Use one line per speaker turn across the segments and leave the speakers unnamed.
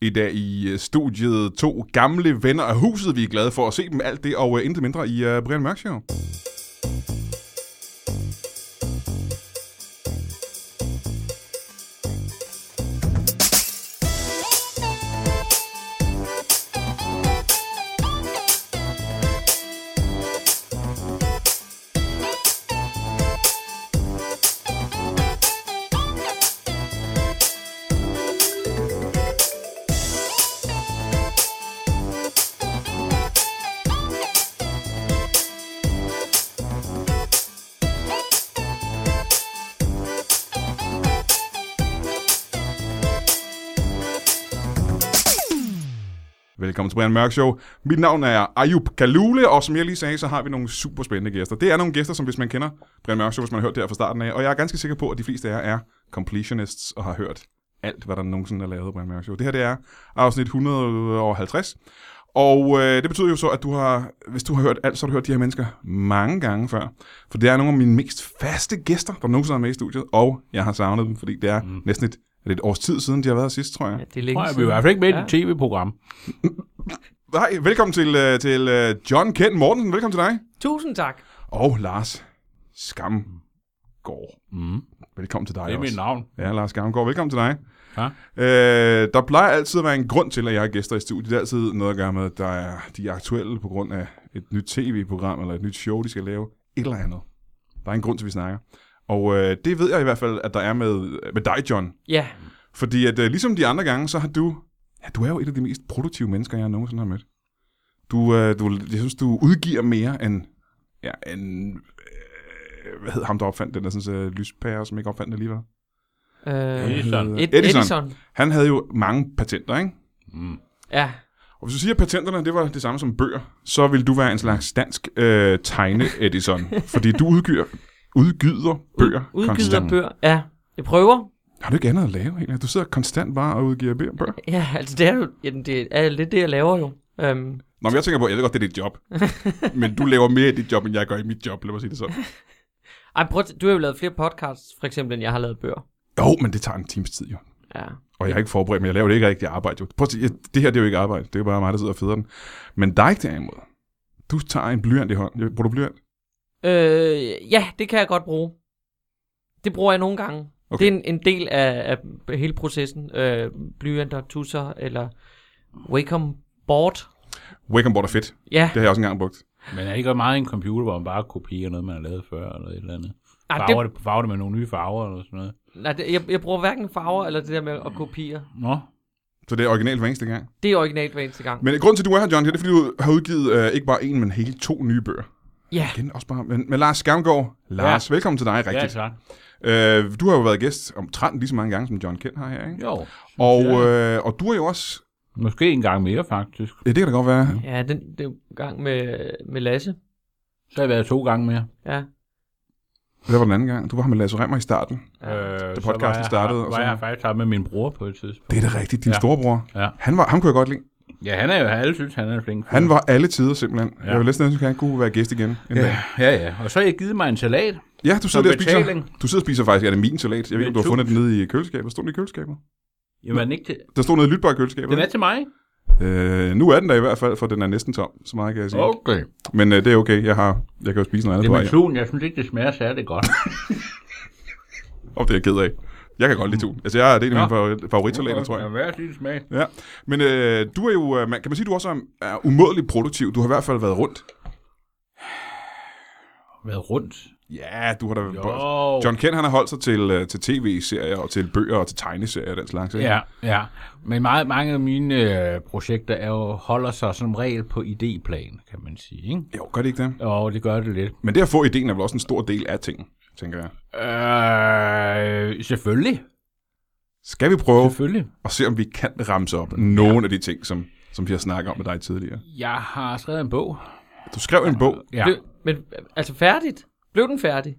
I dag i øh, studiet to gamle venner af huset. Vi er glade for at se dem alt det, og øh, intet mindre i øh, Brian Mørk Show. Velkommen til Brian Mørk Show. Mit navn er Ayub Kalule, og som jeg lige sagde, så har vi nogle super spændende gæster. Det er nogle gæster, som hvis man kender Brian Mørk Show, hvis man har hørt det her fra starten af, og jeg er ganske sikker på, at de fleste af jer er completionists og har hørt alt, hvad der nogensinde er lavet af Brian Mørk Show. Det her det er afsnit 150, og øh, det betyder jo så, at du har, hvis du har hørt alt, så har du hørt de her mennesker mange gange før. For det er nogle af mine mest faste gæster, der nogensinde er med i studiet, og jeg har savnet dem, fordi det er mm. næsten et, er det et års tid siden, de har været her sidst, tror jeg.
Ja, det er længe
Nej, vi er i
siden.
hvert fald ikke med i
Ja.
et tv-program.
Hej, velkommen til, øh, til øh, John Kent Mortensen. Velkommen til dig.
Tusind tak.
Og Lars Skamgaard.
Mm.
Velkommen til dig
Det er
også.
mit navn.
Ja, Lars Skamgaard. Velkommen til dig.
Ja.
Øh, der plejer altid at være en grund til, at jeg har gæster i studiet. Det er altid noget at gøre med, at der er, de er aktuelle på grund af et nyt tv-program eller et nyt show, de skal lave. Et eller andet. Der er en grund til, at vi snakker. Og øh, det ved jeg i hvert fald, at der er med, med dig, John.
Ja,
Fordi at, øh, ligesom de andre gange, så har du... Ja, du er jo et af de mest produktive mennesker, jeg nogensinde har mødt. Du, øh, du, jeg synes, du udgiver mere end... Ja, end øh, hvad hed ham, der opfandt den der sådan, øh, lyspære, som ikke opfandt det alligevel?
øh,
Han
Edison.
hed-
Ed- Edison.
Han havde jo mange patenter, ikke?
Mm.
Ja,
Og hvis du siger, at patenterne det var det samme som bøger, så vil du være en slags dansk øh, tegne-Edison. fordi du udgiver, udgyder bøger
udgiver
konstant.
bøger. Ja, jeg prøver.
Har du ikke andet at lave egentlig? Du sidder konstant bare og udgiver bøger. bøger.
Ja, altså det er jo jamen, det er lidt det, jeg laver jo. Øhm,
Nå, men jeg tænker på, jeg ved godt, det er dit job. men du laver mere i dit job, end jeg gør i mit job, lad mig sige det sådan.
ej, prøv, at t- du har jo lavet flere podcasts, for eksempel, end jeg har lavet bøger.
Jo, men det tager en times tid jo.
Ja.
Og jeg er ikke forberedt, men jeg laver det ikke rigtig arbejde jo. Prøv at se, jeg, det her det er jo ikke arbejde. Det er jo bare mig, der sidder og fedder den. Men dig derimod, du tager en blyant i hånden. Jeg- Bruger du blyant?
Øh, ja, det kan jeg godt bruge. Det bruger jeg nogle gange.
Okay.
Okay. Det er en, en del af, af hele processen. Øh, blyanter, tusser eller Wacom board.
Wacom board er fedt.
Ja,
Det har jeg også engang brugt.
Men er det ikke meget en computer, hvor man bare kopierer noget, man har lavet før, eller et eller andet?
Ej, det-
Farver det, farver det med nogle nye farver, eller sådan noget?
nej, det, jeg, jeg bruger hverken farver eller det der med at kopiere.
Nå,
Så det er originalt hver eneste gang.
Det er originalt hver eneste gang.
Men grund til, at du er her, John, det er, fordi du har udgivet øh, ikke bare en, men hele to nye bøger.
Ja,
Igen, også bare, men, men Lars Skamgaard, Lars, ja. velkommen til dig
ja
rigtigt.
tak.
Ja, øh, du har jo været gæst omtrent lige så mange gange, som John Kent har her, ikke?
Jo,
Og, øh, og du er jo også
måske en gang mere faktisk.
Ja, det kan da godt
Mm.
være.
ja den, den gang med, med Lasse.
Så har jeg været to gange mere.
Ja.
Hvad var den anden gang? Du var her med Lasse Remmer i starten.
Øh,
Da
så
podcasten
var jeg,
startede, og
Var, var
sådan.
jeg faktisk her med min bror på et tidspunkt.
Det er da rigtigt, din ja.
Ja.
storebror.
Ja.
Han var, ham kunne jeg godt lide.
Ja, han er jo, alle synes, han er en flink. fyr.
Han var alle tider simpelthen. Ja.
Ja.
Jeg vil næsten ønske, at han kunne være gæst igen. En
Ja,
dag.
ja, ja. Og så har jeg givet mig en salat.
ja du sidder
Som
der og spiser.
betaling.
Du sidder og spiser faktisk, ja, det er min salat. Jeg ved ikke, om du har
Med
fundet den nede i køleskabet. Stod den i køleskabet?
Jamen, er den ikke til...
Der stod noget lytbar i
Den er
køleskabet.
til mig.
Øh, nu er den der i hvert fald, for den er næsten tom. Så meget kan jeg sige. Oh.
Okay.
Men øh, det er okay. Jeg, har, jeg kan jo spise noget andet
Det er
på vej.
med tun. Jeg synes ikke, det smager særlig godt.
Og det er jeg ked af. Jeg kan godt lide tun. Altså, jeg er det en af
Nå.
mine favoritsalater, tror jeg.
Ja, Hvad er din smag?
Ja, men øh, du er jo, øh, man- kan man sige, du også er, er umådeligt produktiv. Du har i hvert fald været rundt.
Været rundt.
Ja, du har da...
Jo.
John Kent, han har holdt sig til, øh, til tv-serier og til bøger og til tegneserier og den slags. ikke?
Ja, ja. Men meget, mange af mine øh, projekter er jo, holder sig som regel på idéplan, kan man sige. Ikke?
Jo, gør det ikke det?
Og det gør det lidt.
Men det at få ideen er vel også en stor del af ting, tænker jeg.
Øh, selvfølgelig.
Skal vi prøve
Selvfølgelig.
at se, om vi kan ramse op nogle af de ting, som, som vi har snakket om med dig tidligere?
Jeg har skrevet en bog.
Du skrev en bog.
Ja.
Blev, men altså færdigt? Blev den færdig?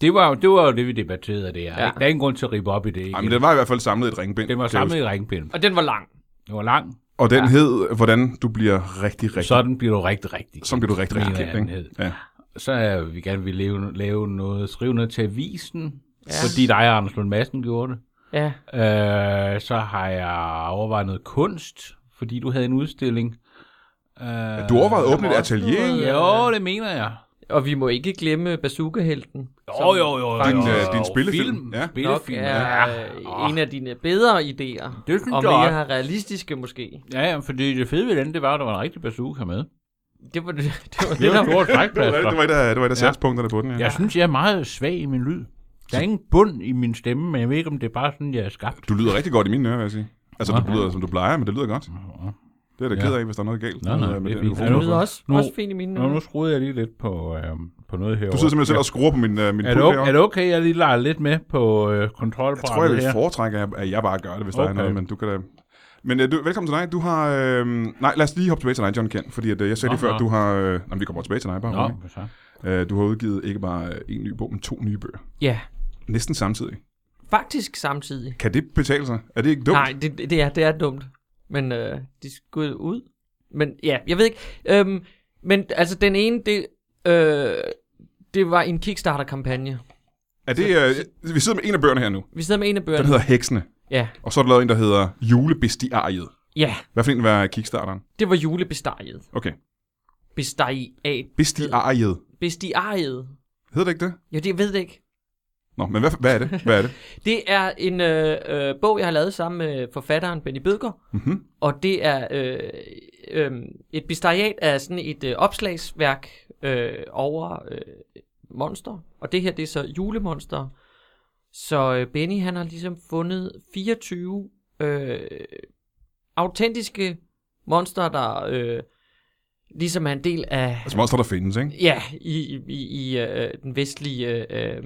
Det var, jo- det var jo det, vi debatterede der. Ja.
Ja.
Der er ingen grund til at rippe op i det.
Ej,
Igen.
men den var i hvert fald samlet i et ringbind.
Den var
kan jeg
samlet
huske.
i ringpind.
Og den var lang.
Den var lang.
Og den hed, hvordan du bliver rigtig, rigtig...
Sådan bliver du rigtig, rigtig.
Sådan bliver du rigtig, rigtig
Mener jeg,
kendt,
den
ikke?
hed.
Ja.
Så er vi gerne vil lave, lave noget, skrive noget til avisen, ja. fordi dig og Anders Lund Madsen gjorde det.
Ja,
Øh, så har jeg overvejet noget kunst, fordi du havde en udstilling. Øh,
Du overvejede at åbne et atelier.
noget-
Jo, det mener jeg.
og vi må ikke glemme bazookahelten.
Jo, jo, jo.
Din,
jo,
øh,
jo.
din spillefilm,
Film,
ja.
Nok
Spillefilm,
er
ja. Ah.
ja. en af dine bedre idéer.
Det synes
og
jeg
mere
også.
realistiske måske.
Ja, ja, fordi det fede ved den, det var, at der var en rigtig bazooka med.
Det var det, det, var
Det
det
var en
der
stor
Det var, det
trækplads.
var et af, det var et af salgspunkterne på den, ja.
Jeg synes, jeg er meget svag i min lyd. Der er ingen bund i min stemme, men jeg ved ikke, om det er bare sådan, jeg er skabt.
Du lyder rigtig godt i mine ører, vil jeg sige. Altså, du lyder, som du plejer, men det lyder godt. Det er jeg da ked af, hvis der er noget galt.
Nej, nej,
med- med
det
den
er fint.
mikrofon.
Er
lyder også,
Nu-
også fint i mine
Nå, nu
ører.
skruede jeg lige lidt på, øh, på noget herovre.
Du sidder simpelthen selv og skruer på min, øh, min
Er det,
pult
okay, er
herovre.
det okay, jeg lige leger lidt med på øh, kontrolbrættet
Jeg tror, jeg vil
her?
foretrække, at- at jeg bare gør det, hvis der er
Okay.
noget, men du kan da... Men øh, du, velkommen til dig. Du har... Øh, nej, lad os lige hoppe tilbage til dig, John Kent, fordi at, øh, jeg sagde lige
Nå,
før, at du har... Øh, jamen, vi kommer tilbage til dig bare.
Nå,
rolig.
så.
Øh, du har udgivet ikke bare øh, en ny bog, men to nye bøger.
Ja,
Næsten samtidig.
faktisk samtidig.
Kan det betale sig? Er det ikke dumt?
Nej, det, det, er, det er dumt. Men øh, de skulle ud. Men ja, jeg ved ikke. Øhm, men altså, den ene, det, øh, det var en Kickstarter-kampagne.
Er det, øh, vi sidder med en af bøgerne her nu.
Vi sidder med en af
Den
bøgerne.
hedder Heksene.
Ja,
Og så er der lavet en, der hedder Julebestiariet.
ja,
Hvad for en var Kickstarteren?
det var julebestariet.
Okay.
Bestiariet.
Bestiariet.
Bestiariet.
Hedder det ikke det?
Jo, det jeg ved det ikke.
Nå, men hvad, hvad er det? Hvad er det?
Det er en øh, øh, bog, jeg har lavet sammen med forfatteren Benny Bødger.
Mm-hmm.
Og det er øh, øh, et bistariat af sådan et øh, opslagsværk øh, over øh, monster. Og det her, det er så julemonster. Så øh, Benny, han har ligesom fundet 24 øh, autentiske monster, der øh, ligesom er en del af...
Altså monster, der findes, ikke?
Ja, i, i, i øh, den vestlige øh,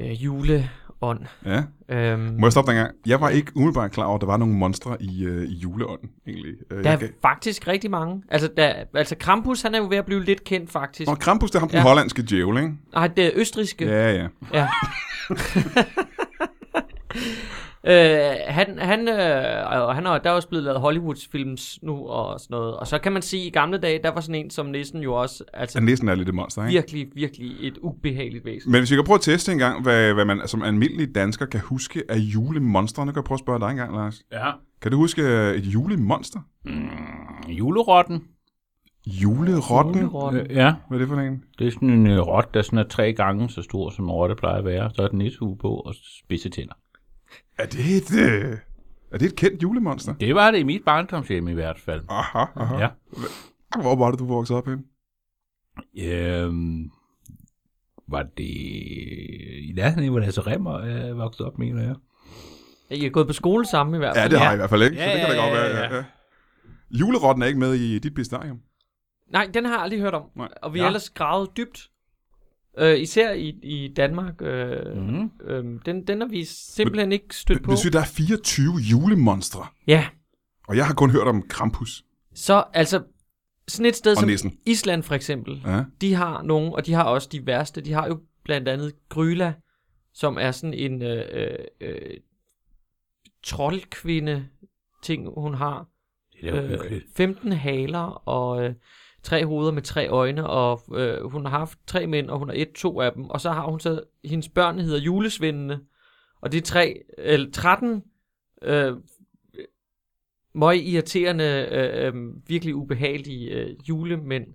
øh, juleånd.
Ja.
Øhm,
Må jeg stoppe dig en gang? Jeg var ikke umiddelbart klar over, at der var nogle monstre i, øh, i juleånden, egentlig. Øh,
Der
jeg
er
kan-
faktisk rigtig mange. Altså, der, altså Krampus, han er jo ved at blive lidt kendt, faktisk.
Nå, Krampus, det er ham, den
Ja.
hollandske djævel, ikke?
Nej, det er østriske.
Ja, ja.
Ja. øh, han, han, øh, og han har, der er også blevet lavet Hollywoods-films nu og sådan noget. Og så kan man sige, at i gamle dage, der var sådan en som næsten jo også
Så
altså,
næsten er lidt et monster, ikke?
virkelig, virkelig et ubehageligt væsen.
Men hvis vi kan prøve at teste en gang, hvad, hvad man som almindelig dansker kan huske af julemonster. Nu kan jeg prøve at spørge dig en gang, Lars.
Ja.
Kan du huske øh, et julemonster?
Julerotten.
Julerotten?
Julerotten.
Øh, ja,
Hvad er det for en?
det er sådan en øh, rot, der sådan er tre gange så stor, som en rotte plejer at være. Så er den et hue på og spidse tænder.
Er det et, øh, er det et kendt julemonster?
Det var det i mit barndomshjem i hvert fald.
Aha, aha.
Ja.
Hvor var det, du voksede op hen?
Øhm, var det i nærheden af, hvor Lasse Remmer øh, voksede op, mener jeg.
I er gået på skole sammen i
Øh.
hvert
Ja,
fald.
det har
Ja.
jeg i hvert fald ikke, så
Ja,
det kan da
ja,
godt
ja,
være.
ja.
Ja, ja. Julerotten er ikke med i dit bistarium.
Nej, den har jeg aldrig hørt om.
Nej.
Og vi har
Nå.
ellers gravet dybt. Øh, især i, i Danmark. Øh,
Mhm.
mm. øh, den, den har vi simpelthen ikke stødt på.
Det synes, der er 24 julemonstre,
Ja,
og jeg har kun hørt om Krampus.
så altså sådan et sted
Og
som
nissen.
Island for eksempel.
Ja.
De har nogle, og de har også de værste. De har jo blandt andet Gryla, som er sådan en øh, øh, øh, troldkvinde ting, hun har.
Det er jo
Øh,
hyggeligt.
15 haler og øh, tre hoveder med tre øjne, og øh, hun har haft tre mænd, og hun har et to af dem, og så har hun så, hendes børn hedder julesvindene, og det er tre, eller 13 øh, møg irriterende, øh, øh, virkelig ubehagelige øh, julemænd.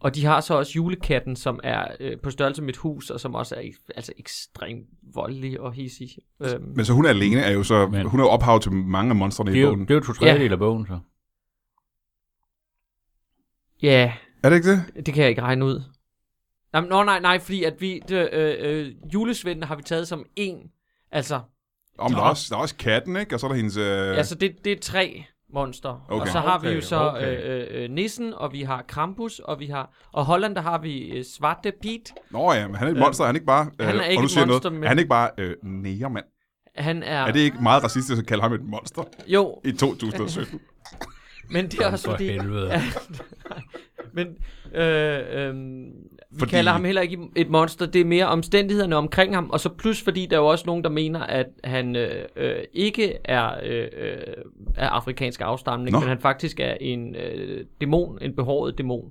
Og de har så også julekatten, som er øh, på størrelse med et hus, og som også er ek- altså ekstremt voldelig og hissig. Øhm,
Men så hun alene er jo så,
Men-
hun er jo ophavet til mange af monstrene
Det
i
er jo,
bogen.
det er jo to tredjedel af bogen, så.
ja,
Er det ikke det?
Det kan jeg ikke regne ud. Nej, nå, nej, nej, fordi at vi, det, øh, øh, julesvenden har vi taget som en. Altså,
Om der, er også, der er også katten, ikke? Og så er der hendes... Øh...
øh. altså det, det er tre monster.
Okay.
Og så har vi jo
Okay,
så
okay.
øh, øh, øh, Nissen, og vi har Krampus, og vi har... Og Holland, der har vi øh, Svarte Piet.
Nå ja, men han er et monster, han er ikke bare... Øh,
han er ikke
og nu
et
siger jeg
monster,
noget,
men-
Han er ikke bare øh, nægermand.
Han er...
Er det ikke meget racistisk at kalde ham et monster
Jo,
i 2017?
men det er også
For
fordi...
helvede.
Men øh, øh, vi
Fordi-
fordi... kalder ham heller ikke et monster. Det er mere omstændighederne omkring ham. Og så plus fordi der er jo også nogen, der mener, at han øh, øh, ikke er øh, øh, af afrikansk afstamning,
Nå.
men han faktisk er en øh, dæmon, en behåret dæmon.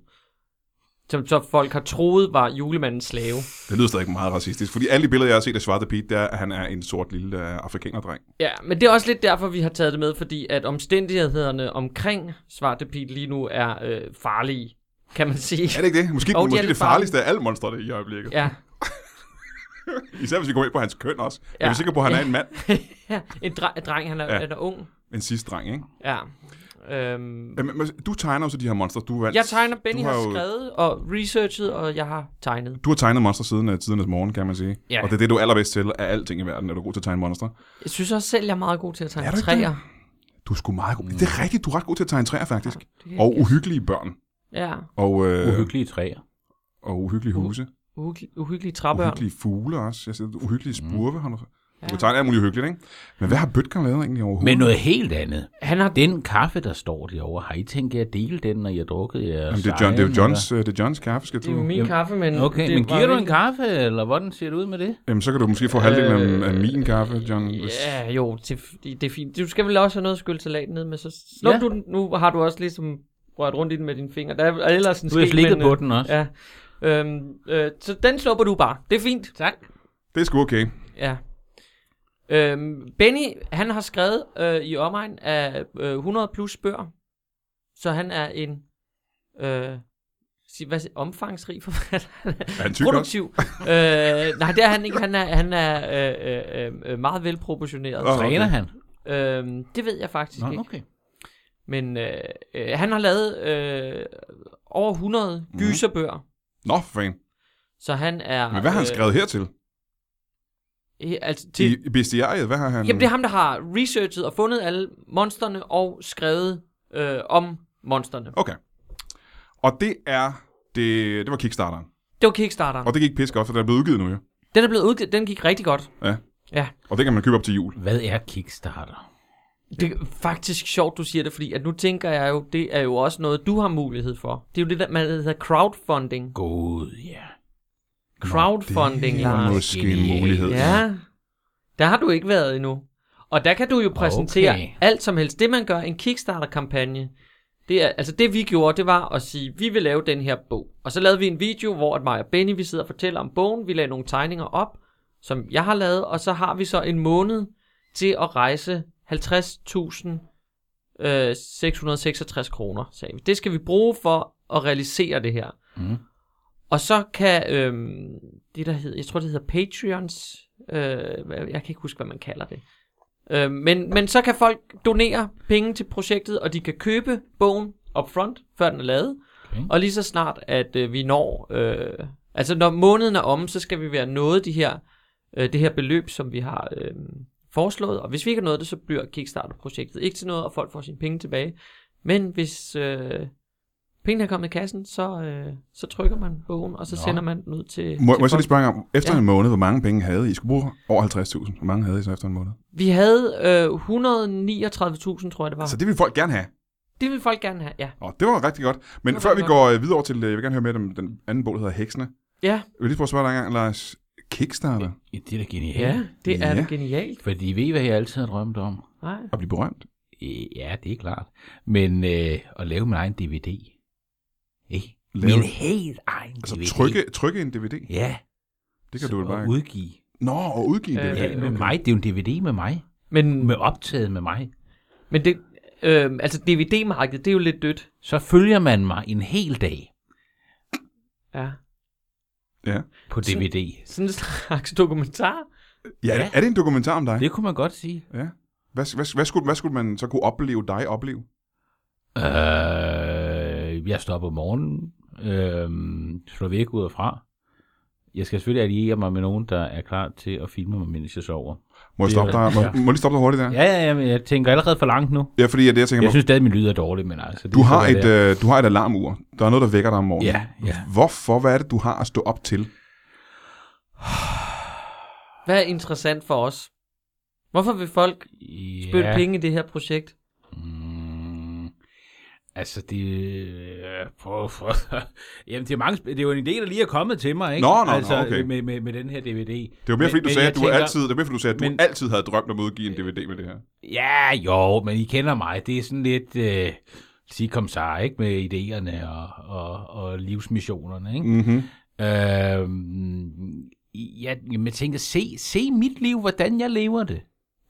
som så folk har troet var julemandens slave.
Det lyder stadig meget racistisk, fordi alle de billeder, jeg har set af Svarte Pete, det er, at han er en sort lille øh, afrikanerdreng.
Ja, men det er også lidt derfor, vi har taget det med, fordi at omstændighederne omkring Svarte Pete lige nu er øh, farlige, kan man sige.
Er det ikke det? Måske,
Jo,
oh,
de er
måske det,
lidt
det farligste af alle monstre det i øjeblikket. Ja.
Ja,
Især hvis vi går ind på hans køn også. Ja. Jeg
Ja.
er sikker på, at han ja. er en mand.
ja. en dre- dreng, han er,
Ja.
ja. han er ung.
En sidste dreng, ikke?
Ja. Øhm,
Jamen, men du tegner jo så de her monstre, du valgte.
jeg tegner, Benny
du
har,
har jo-
skrevet og researchet, og jeg har tegnet.
Du har tegnet monstre siden uh, tidernes morgen, kan man sige.
Ja.
Og det er det, du er allerbedst til af alting i verden, er du er god til at tegne monstre.
Jeg synes også selv, jeg er meget god til at tegne
Er du ikke det?
træer.
Du er sgu meget god. Det er
Mm.
rigtigt, du er ret god til at tegne træer, faktisk.
Det kan
Og
jeg-
uhyggelige børn.
Ja,
Og, øh,
Uhyggelige træer.
og uhyggelige huse.
uhyggelige, uhyggelige træbørn.
Uhyggelige fugle også. Jeg siger, uhyggelige spurve har du. Du kan
Mm. Ja.
tegne alt muligt hyggeligt, ikke? Men hvad har Bøtger lavet egentlig overhovedet?
Men noget helt andet.
Han har
Den kaffe, der står derovre, har I tænkt jer at dele den, når I har drukket jeres
Jamen, det er, John, det er jo
egen,
Johns, øh, det er Johns kaffe, skal
Det er jo
du...
min
Jamen,
kaffe, men...
eller- Okay,
det
men giver du en
kaffe?
kaffe, eller hvordan ser det ud med det?
Jamen, så kan du måske få halvdelen af, af min kaffe, John. Hvis...
Øh, Ja, jo, det, det, det er fint. Du skal vel også have noget at skylle salaten ned med, så slå
Ja.
ja. du den. Nu har du også ligesom rørt rundt i den med dine fingre. Der er er ellers en
Du har
ske,
slikket
men,
på
øh,
den også.
Ja. Øhm, øh, så den slupper du bare. Det er fint. Tak.
Det er sgu okay.
Ja. Øhm, Benny, han har skrevet øh, i omegn af øh, 100 plus bøger. Så han er en... Øh, sig- hvad, siger- omfangsrig forfatter.
Er han tyk også?
produktiv. øh, nej, det er han ikke. Han er, han er øh, øh, øh, meget velproportioneret.
Åh.
Oh.
okay.
Træner han?
Øh, det ved jeg faktisk
Nå,
Nå, ikke.
okay.
Men øh, øh, han har lavet øh, over 100
Mhm.
gyserbøger.
Nå, for fanden.
Så han er...
Men hvad har han skrevet hertil?
Øh, altså,
I,
til,
I bestiariet, hvad har han...
jamen, det er ham, der har researchet og fundet alle monsterne og skrevet øh, om monsterne.
Okay. Og det er... Det, det var Kickstarteren.
Det var Kickstarter.
Og det gik pisse godt, for den er blevet udgivet nu, jo.
Den er blevet udgivet. Den gik rigtig godt.
Ja.
Ja.
Og det kan man købe op til jul.
Hvad er Kickstarter?
Det er faktisk sjovt, du siger det, fordi at nu tænker jeg jo, det er jo også noget, du har mulighed for. Det er jo det, der man der hedder crowdfunding.
God, ja.
Crowdfunding,
Det er
Lars.
måske en mulighed.
Ja, der har du ikke været endnu. Og der kan du jo præsentere
Okay.
okay. alt som helst. Det man gør i en Kickstarter-kampagne, det er, altså det vi gjorde, det var at sige, vi vil lave den her bog. Og så lavede vi en video, hvor at mig og Benny, vi sidder og fortæller om bogen, vi lagde nogle tegninger op, som jeg har lavet, og så har vi så en måned til at rejse øh, 50.666 kroner, sagde vi. Det skal vi bruge for at realisere det her.
Mm.
Og så kan øhm, det der hedder, jeg tror det hedder Patreons, øh, hvad- jeg kan ikke huske hvad man kalder det. Øh, men, men så kan folk donere penge til projektet, og de kan købe bogen upfront, før den er lavet.
Okay.
Og lige så snart, at øh, vi når, øh, altså når måneden er omme, så skal vi være nået de her, øh, det her beløb, som vi har øh, foreslået. Og hvis vi ikke har nået det, så bliver Kickstarter-projektet ikke til noget, og folk får sine penge tilbage. Men hvis... Øh, pengene er kommet i kassen, så, øh, så trykker man bogen, og så
Nå.
Nå. sender man den ud til,
Må,
til
må jeg så
folk.
lige spørge om, efter ja.
Ja.
en måned, hvor mange penge havde I? I skulle bruge over 50.000. Hvor mange havde I så efter en måned?
Vi havde øh, 139.000, tror jeg det var.
Så
Så...
Altså, det vil folk gerne have.
Det vil folk gerne have, ja.
Og det var rigtig godt. Men
Det var
før vi
rigtig
går øh, videre over til, øh, jeg vil gerne høre mere om den anden bog, der hedder Heksene.
Ja,
Jeg vil lige prøve at spørge dig engang, Lars. Kickstarter?
Ja, Det er da genialt.
ja det er
Ja.
da genialt.
Fordi ved I, hvad jeg altid har drømt om?
Nej.
At blive berømt?
Øh, Ja, det er klart. Men øh, at lave min egen DVD. Ikke?
Lave-
Min helt egen
Altså
DVD.
trykke, trykke en DVD?
Ja,
Det kan du vel
og
bare...
udgive.
Nå, og udgive en
Øh,
DVD.
Ja, med mig. Det er jo en DVD med mig.
Men,
Med optaget med mig.
men det, øh, altså DVD-markedet, det er jo lidt dødt.
Så følger man mig en hel dag
Ja.
Ja.
på
Sådan-
DVD.
Sådan en slags dokumentar.
ja.
Ja.
Er det en dokumentar om dig?
Det kunne man godt sige.
Ja. Hvad, hvad, hvad, skulle, hvad skulle man så kunne opleve dig opleve?
Øh, jeg står op om morgenen, øh, slår væk ud og fra. Jeg skal selvfølgelig alliere mig med nogen, der er klar til at filme mig, mens jeg sover.
Må jeg
Det-
stoppe dig? Må,
ja.
må jeg lige stoppe dig hurtigt der?
Ja, ja, ja, men jeg tænker allerede for langt nu.
ja fordi det, jeg tænker,
Jeg
jeg
synes stadig, min lyd er dårlig, men altså... det
du,
er
har
sådan,
et,
det er.
øh, du har et alarmur. Der er noget, der vækker dig om morgenen.
Ja, ja.
Hvorfor? Hvad er det, du har at stå op til?
Hvad er interessant for os? Hvorfor vil folk spille
Ja.
yeah. penge i det her projekt?
Mm, altså, det... øh, Prøv, for, jamen, det er, mange, sp- det er jo en idé, der lige er kommet til mig, ikke?
Nå, nå, nå,
altså,
okay.
Med, med, med den her DVD.
Det var mere, fordi du sagde, at du tænker, altid, det var, mere, fordi du sagde, at du
men-
altid havde drømt om at udgive en DVD med det her.
Ja, jo, men I kender mig. Det er sådan lidt... Øh, sitcom sig, ikke? Med idéerne og, og, og livsmissionerne, ikke?
Mm-hmm.
Øhm, ja, jamen, jeg tænker, se, se mit liv, hvordan jeg lever det.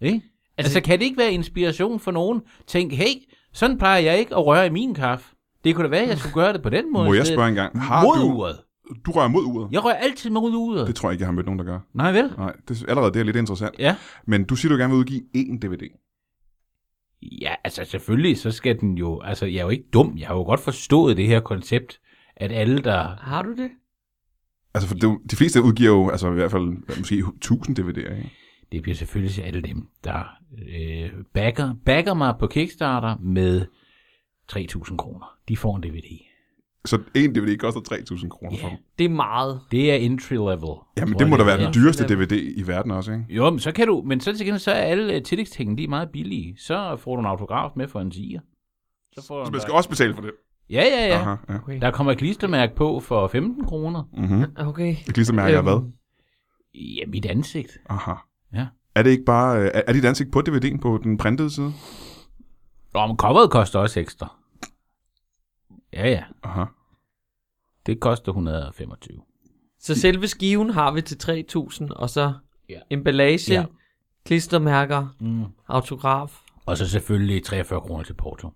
Ikke? Altså, altså, kan det ikke være inspiration for nogen? Tænk, hey, sådan plejer jeg ikke at røre i min kaffe. Det kunne da være, at jeg skulle gøre det på den måde.
Må jeg
i stedet.
spørge en gang? Har
mod
du,
uret.
du rører mod uret?
Jeg rører altid mod uret.
Det tror jeg ikke, jeg har mødt nogen, der gør.
Nej, vel?
Nej, det, allerede det er lidt interessant.
Ja.
Men du siger, du gerne vil udgive én DVD.
Ja, altså selvfølgelig, så skal den jo... Altså, jeg er jo ikke dum. Jeg har jo godt forstået det her koncept, at alle, der...
Har du det?
Altså, for det, er jo- de fleste udgiver jo altså, i hvert fald måske 1000 DVD'er, ikke?
Det bliver selvfølgelig til alle dem, der øh, backer, backer mig på Kickstarter med 3.000 kroner. De får en DVD.
Så en DVD koster 3.000 kroner for
Ja.
dem.
Det er meget.
Det er entry level.
Jamen,
tror
det
jeg,
må da være den
hedder.
dyreste DVD i verden også, ikke?
Jo, men så kan du, men så til gengæld, så er alle øh, tillægstingene, de er meget billige. Så får du en autograf med for en tiger. Så
Så
får du
man
en
skal også betale for det.
Ja, ja, ja.
Aha, ja.
Okay.
Der kommer et klistermærke på for 15 kroner.
Mm-hmm.
okay. Øhm,
Et klistermærke
Øhm.
af hvad?
Ja, mit ansigt.
Aha.
Ja.
Er det ikke bare... øh, Er, er dit ansigt på DVD'en på den printede side?
Nå, men coveret koster også ekstra. Ja, ja.
Aha.
Det koster 125.
Så selve skiven har vi til 3.000, og så
Ja.
emballage,
Ja.
ja. klistermærker,
Mm.
autograf,
Og så selvfølgelig 43 kroner til porto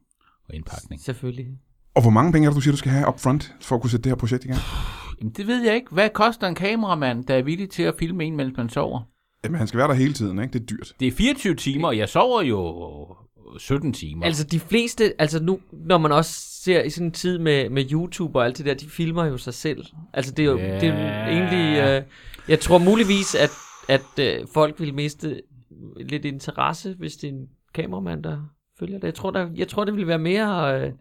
og indpakning.
selvfølgelig.
Og hvor mange penge er det, du siger, du skal have up front, for at kunne sætte det her projekt i gang?
Jamen, det ved jeg ikke. Hvad koster en kameramand, der er villig til at filme en, mens man sover?
Jamen, han skal være der hele tiden, ikke? Det er dyrt.
Det er 24 timer, og jeg sover jo 17 timer.
Altså de fleste, altså nu, når man også ser i sådan en tid med, med YouTube og alt det der, de filmer jo sig selv. Altså det er jo, yeah. det er jo
Ja.
egentlig, øh, jeg tror muligvis, at, at øh, folk ville miste lidt interesse, hvis det er en kameramand, der følger det. Jeg tror, der, jeg tror det ville være mere, øh,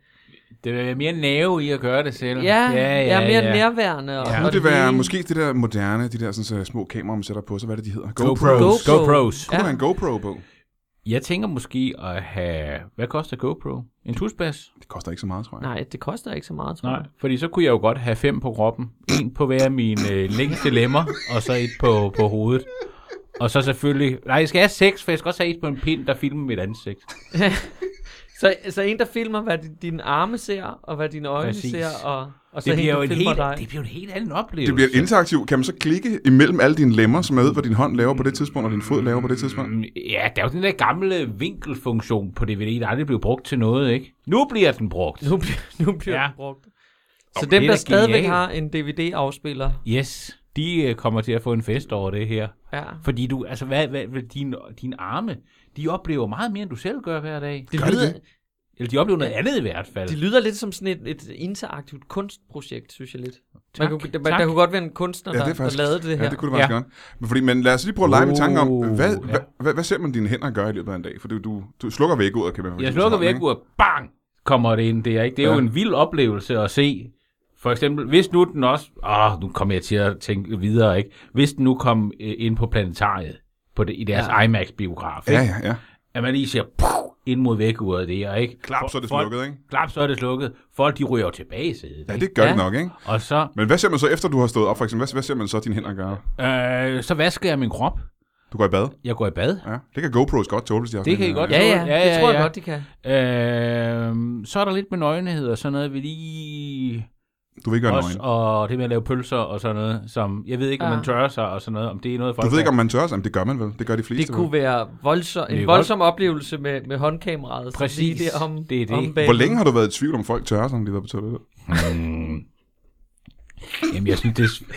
Det vil være mere næve i at gøre det selv.
ja, ja, ja, mere nærværende. Ja.
Nu det være måske det der moderne, de der sådan, så små kameraer, man sætter på, så hvad er det, de hedder?
GoPros.
GoPros. GoPros.
Kunne
Ja.
ja. have en GoPro på?
Jeg tænker måske at have... Hvad koster GoPro? En tusbas?
Det koster ikke så meget, tror jeg.
Nej, det koster ikke så meget, tror jeg.
Nej, fordi så kunne jeg jo godt have fem på kroppen. En på hver af mine øh, længste lemmer, og så et på, på hovedet. Og så selvfølgelig... Nej, jeg skal have seks, for jeg skal også have et på en pind, der filmer mit ansigt.
Så, så en, der filmer, hvad din- dine arme ser, og hvad dine øjne
Præcis.
Præcis. ser, og, og så
Det bliver,
en, der
jo en
filmer
helt,
dig.
det bliver jo en helt anden oplevelse.
Det bliver et interaktiv. Kan man så klikke imellem alle dine lemmer, som er ved, hvad din hånd laver på det tidspunkt, og din fod laver på det tidspunkt?
Mm. Ja, der er jo den der gamle vinkelfunktion på DVD, der aldrig blev brugt til noget, ikke? Nu bliver den brugt.
Nu bliver, nu bliver
Ja.
ja. den brugt. Så
men
dem,
det er
der
da
stadigvæk
genialt.
har en DVD-afspiller,
Yes, de øh, kommer til at få en fest over det her.
ja.
Fordi du, altså, hvad, hvad, hvad dine, dine arme, de oplever meget mere, end du selv gør hver dag.
Det
Gør de
lyder,
det?
Eller de oplever noget andet i hvert fald.
det lyder lidt som sådan et, et interaktivt kunstprojekt, synes jeg lidt.
Tak,
man kunne, der,
tak.
der kunne godt være en kunstner,
Ja,
der,
det er faktisk,
der lavede det her.
Ja, det kunne det faktisk ja. godt. Men, fordi, men lad os lige prøve at lege med tanken om,
Oh,
hvad,
ja.
hvad, hvad, hvad ser man dine hænder gøre i løbet af en dag? For du, du, du slukker væk ud, kan man for
Jeg
eksempel
slukker
sådan,
væk ud, og bang, kommer det ind der, ikke? Det er
Ja.
jo en vild oplevelse at se. For eksempel, hvis nu den også... Åh, nu kommer jeg til at tænke videre, ikke? Hvis den nu kom øh, ind på planetariet, på det, i deres ja. IMAX-biograf,
ikke?
ikke?
Ja, ja, ja.
At man lige siger, puh, ind mod væguret der, ikke?
Klap, så er det
Folk-
slukket, ikke?
Klap, så er det slukket. Folk, de ryger jo tilbage i sædet,
Ja,
ikke?
det gør ja.
Ja.
det nok, ikke?
Og så,
Men hvad ser man så efter, du har stået op, for eksempel? Hvad, hvad ser man så dine hænder gøre?
øh, så vasker jeg min krop.
Du går i bad.
Jeg går i bad.
Ja, det kan GoPros godt tåle, hvis de har sådan
Det kan
en,
I godt.
øh,
Ja, ja,
Ja, ja,
det tror jeg
ja.
godt, de kan.
Øh, så er der lidt med nøgenhed og sådan noget, vi lige...
Du vil ikke gøre
Også,
nøgen.
og det med at lave pølser og sådan noget, som... Jeg ved ikke, om
Ja.
man tørrer sig og sådan noget, om det er noget, folk...
Du ved ikke,
gør.
om man tør sig. Jamen, det gør man vel. Det gør de fleste
Det kunne
vel.
være voldsom,
Det er
en voldsom oplevelse med, med håndkameraet. så
Præcis.
lige der om,
Det er det.
Om
Hvor
bagen.
længe har du været i tvivl om folk tørrer sig, om de har været på toilettet?
Mm. Jamen, jeg synes, det... er-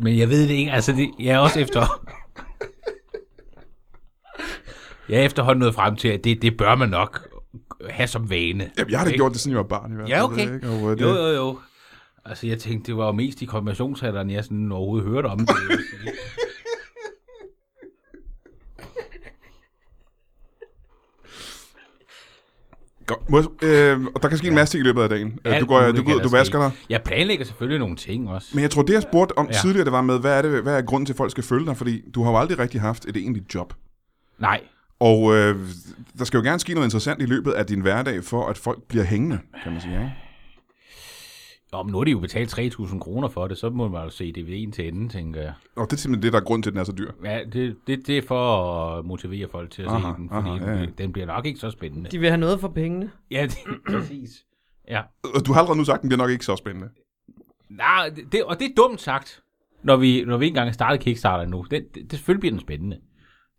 Men jeg ved det ikke. Altså, det, jeg er også efter... Jeg er efterhånden nået frem til, at det, det bør man nok have som vane.
Jamen, jeg har da gjort det, siden jeg var barn i hvert fald.
Ja, okay.
Ikke? Og, øh, det,
Jo, jo, jo. Altså, jeg tænkte, det var jo mest i konfirmationsalderen, jeg sådan overhovedet hørte om det.
Godt. Må jeg- Øh, og der kan ske en masse ting i løbet af dagen. Øh, du, går, du,
Alt muligt
går,
kan
du
der
vasker
ske.
dig.
Jeg planlægger selvfølgelig nogle ting også.
Men jeg tror, det jeg spurgte om ja.
Ja.
tidligere, det var med, hvad er, det, hvad er grunden til, at folk skal følge dig? Fordi du har jo aldrig rigtig haft et egentligt job.
Nej,
Og øh, der skal jo gerne ske noget interessant i løbet af din hverdag, for at folk bliver hængende, kan man sige. Ikke?
Nå, men nu har de jo betalt 3.000 kroner for det, så må man jo se DVD'en til enden, tænker jeg.
Og det er simpelthen det, der er grund til, at den er så dyr.
Ja, det, det, det er for at motivere folk til at
Aha,
aha, se den, fordi
aha,
aha,
ja,
ja,
ja.
ja. den bliver nok ikke så spændende.
De vil have noget for pengene.
Ja, det, præcis. Ja.
Og du har allerede nu sagt, at den bliver nok ikke så spændende.
Nej, det, og det er dumt sagt, når vi, når vi ikke engang har startet Kickstarter nu. Den, det, det, selvfølgelig bliver den spændende.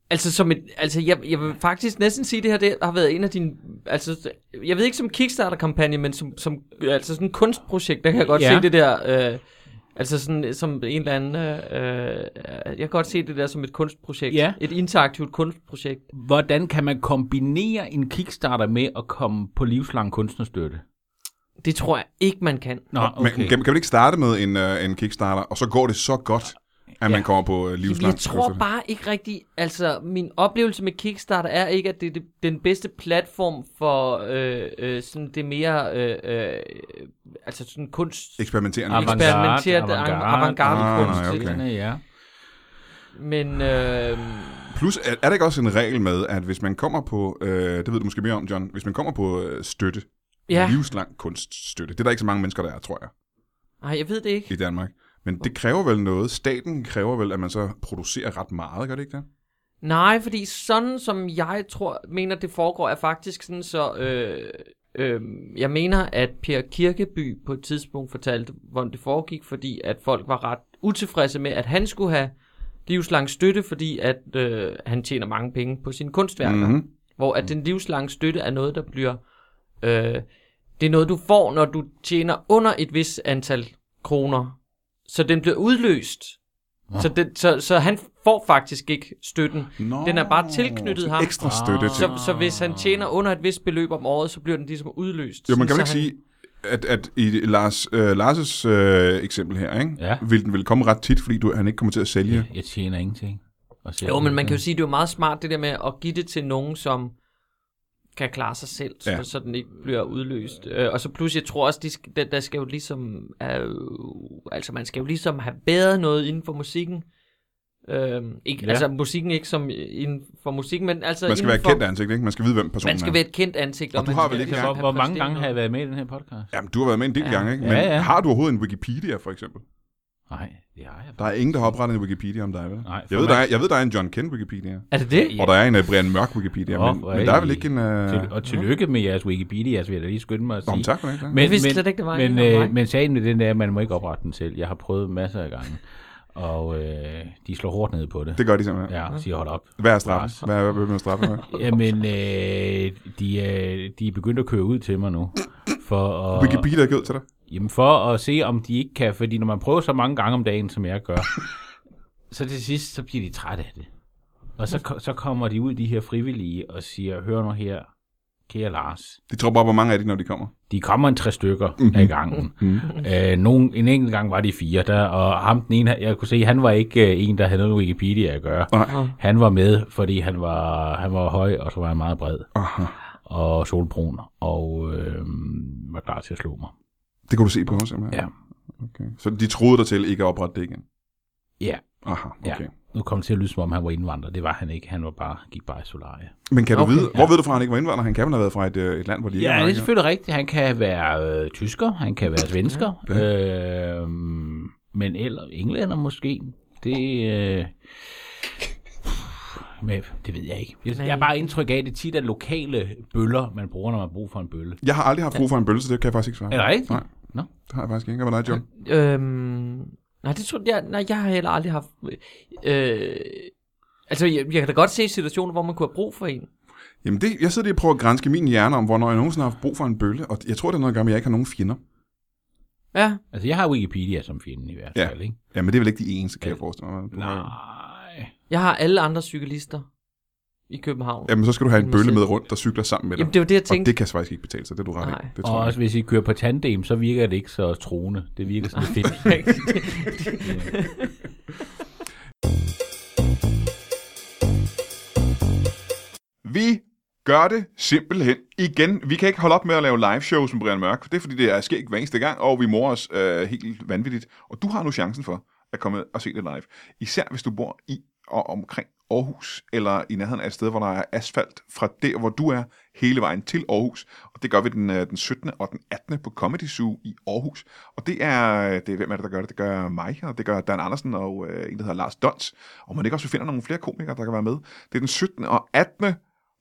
Altså, som et, altså jeg, jeg vil faktisk næsten sige, at det her det har været en af dine... Altså, jeg ved ikke som Kickstarter-kampagne, men som, som altså sådan et kunstprojekt, der kan jeg godt
Ja.
se det der... Øh, altså sådan som en eller anden... Øh, øh, jeg kan godt se det der som et kunstprojekt.
Ja.
Et interaktivt kunstprojekt.
Hvordan kan man kombinere en Kickstarter med at komme på livslang kunstnerstøtte?
Det tror jeg ikke, man kan.
Nå,
Okay. Men kan, kan man ikke starte med en, øh, en Kickstarter, og så går det så godt, at man kommer på øh, livslang
Jeg tror bare ikke rigtig, altså min oplevelse med Kickstarter er ikke, at det er det, den bedste platform for øh, øh, sådan det mere, øh, øh, altså sådan kunst,
Eksperimenterende.
Ah, Avant-
eksperimenteret
Avantgarde,
avantgarde
avantgarde.
kunst.
Ah, nej,
ikke?
okay.
Ja.
Men øh,
Plus, er, er der ikke også en regel med, at hvis man kommer på, øh, det ved du måske mere om, John, hvis man kommer på øh, støtte, ja.
ja,
livslang kunststøtte, det er der ikke så mange mennesker, der er, tror jeg,
nej, jeg ved det ikke.
i Danmark. Men det kræver vel noget. Staten kræver vel, at man så producerer ret meget, gør det ikke det?
Nej, fordi sådan som jeg tror, mener det foregår, er faktisk sådan så... Øh, øh, jeg mener, at Per Kirkeby på et tidspunkt fortalte, hvordan det foregik, fordi at folk var ret utilfredse med, at han skulle have livslang støtte, fordi at øh, han tjener mange penge på sine kunstværker. Mm-hmm.
Mm-hmm.
Hvor at den livslange støtte er noget, der bliver... Øh, det er noget, du får, når du tjener under et vis antal kroner. Så den bliver udløst. Så, den, så, så han får faktisk ikke støtten.
Nå,
Den er bare tilknyttet
sådan
ham.
Ekstra støtte til.
Så, så hvis han tjener under et vist beløb om året, så bliver den ligesom udløst.
Jo, man kan vel
Sådan,
ikke
så
sige, at, at i Lars, øh, Lars' øh, eksempel her, ikke?
Ja.
Vil den vel komme ret tit, fordi du, han ikke kommer til at sælge.
Jeg tjener ingenting. Og
han- Jo, men man kan
Øh.
jo sige, at det er jo meget smart det der med at give det til nogen, som kan klare sig selv, så,
Ja.
ja. så den ikke bliver udløst. Øh, og så plus, jeg tror også, de skal, der, der skal jo ligesom, øh, altså man skal jo ligesom have bedre noget inden for musikken. Øh, ikke,
Ja.
ja. Altså musikken ikke som inden for musikken, men altså
Man skal
inden
være et
for,
kendt ansigt, ikke? Man skal vide, hvem personen
man skal
er.
være et kendt ansigt.
Og du
man
har
skal
vel ikke engang-
ligesom
Hvor,
have
hvor mange
præsteret
gange har jeg været med i den her podcast?
Jamen, du har været med en del ja.
Ja.
gange, ikke? Men
Ja, ja.
har du overhovedet en Wikipedia, for eksempel?
Nej, det har jeg
Der er ingen, der har oprettet en Wikipedia om dig, vel?
Nej, for
jeg, ved,
mig-
der er, jeg ved, der er en John Kent Wikipedia.
Er det det?
Ja. Og der er en uh, Brian Mørk Wikipedia,
Nå,
men,
hvor
men
er
der er
I-
vel ikke en... Uh...
Til, og tillykke med jeres Wikipedia, så vil jeg da lige skynde mig at
Nå,
sige.
men tak for det. tak.
Jeg vidste slet ikke, der var en
men,
om mig.
øh, men sagen med den er, at man må ikke oprette den selv. Jeg har prøvet masser af gange, og øh, de slår hårdt ned på det.
Det gør de simpelthen. Ja.
Ja, og siger hold op.
Hvad er straffen? Hvad er, hvad er straffen? med?
Jamen, øh, de, er, de er begyndt at køre ud til mig nu. For at,
Wikipedia er givet til dig.
jamen for at se, om de ikke kan, fordi når man prøver så mange gange om dagen, som jeg gør, så til sidst, så bliver de trætte af det. Og så, ko- så kommer de ud, de her frivillige, og siger, hør nu her, kære Lars,
De tror bare, hvor mange af de, når de kommer.
de kommer en tre stykker mm-hmm. af gangen. Mm-hmm. Øh, nogen, en enkelt gang var de fire der, og ham den ene, jeg kunne se, han var ikke øh, en, der havde noget med Wikipedia at gøre.
Nej.
Han var med, fordi han var, han var høj, og så var han meget bred,
Aha.
og solbrun, og øh, var klar til at slå mig.
Det kunne du se på mig, simpelthen.
Ja.
Okay. Så de troede dig til ikke at oprette det igen?
Ja,
Aha,
ja.
okay.
Nu kom det til at lyde, som om han var indvandrer. Det var han ikke. Han var bare, gik bare i solarie.
Men kan du
Okay,
vide, hvor ved du fra, at han ikke var indvandrer? Han kan vel have været fra et, øh, et land, hvor de ikke
Ja,
er
det er
mørke?
selvfølgelig rigtigt. Han kan være øh, tysker, han kan være svensker, øh, men eller englænder måske. Det, øh, men det ved jeg ikke. Jeg, jeg har bare indtryk af, at det tit er lokale bøller, man bruger, når man har brug for en bølle.
Jeg har aldrig haft brug for en bølle, så det kan jeg faktisk ikke svare.
Er det rigtigt?
Nej.
Nå.
Det har jeg faktisk ikke. Hvad er dig, John?
Øhm, nej, det tror jeg, nej, jeg har heller aldrig haft... Øh, altså, jeg, jeg kan da godt se situationer, hvor man kunne have brug for en.
Jamen, det, jeg sidder lige og prøver at grænske min hjerne om, hvornår jeg nogensinde har haft brug for en bølle, og jeg tror, det er noget at gøre med, at jeg ikke har nogen fjender.
Ja,
Altså, jeg har Wikipedia som fjende i hvert
Ja.
fald, ikke?
Ja, men det er vel ikke de eneste,
Øh,
kan jeg forestille mig. Du har-
Nej.
jeg har alle andre cyklister i København.
Jamen, så skal du have en
Men
bølle med
selv-
rundt, der cykler sammen med dig.
Jamen, det var det, jeg
og
tænkte.
det kan faktisk ikke betale sig, det er du ret
Nej.
i. Det tror
Og
jeg.
også hvis I kører på tandem, så virker det ikke så troende. Det virker sådan lidt fedt.
Vi gør det simpelthen igen. Vi kan ikke holde op med at lave live shows med Brian Mørk, for det er fordi, det er sker ikke hver eneste gang, og vi morer os øh, helt vanvittigt. Og du har nu chancen for at komme og se det live. Især hvis du bor i og omkring Aarhus, eller i nærheden af et sted, hvor der er asfalt fra der, hvor du er, hele vejen til Aarhus. Og det gør vi den, øh, den 17. og den 18. på Comedy Zoo i Aarhus. Og det er, det er hvem er det, der gør det? Det gør mig, og det gør Dan Andersen og øh, en, der hedder Lars Dons. Og man ikke også vi finder nogle flere komikere, der kan være med. Det er den 17. og 18.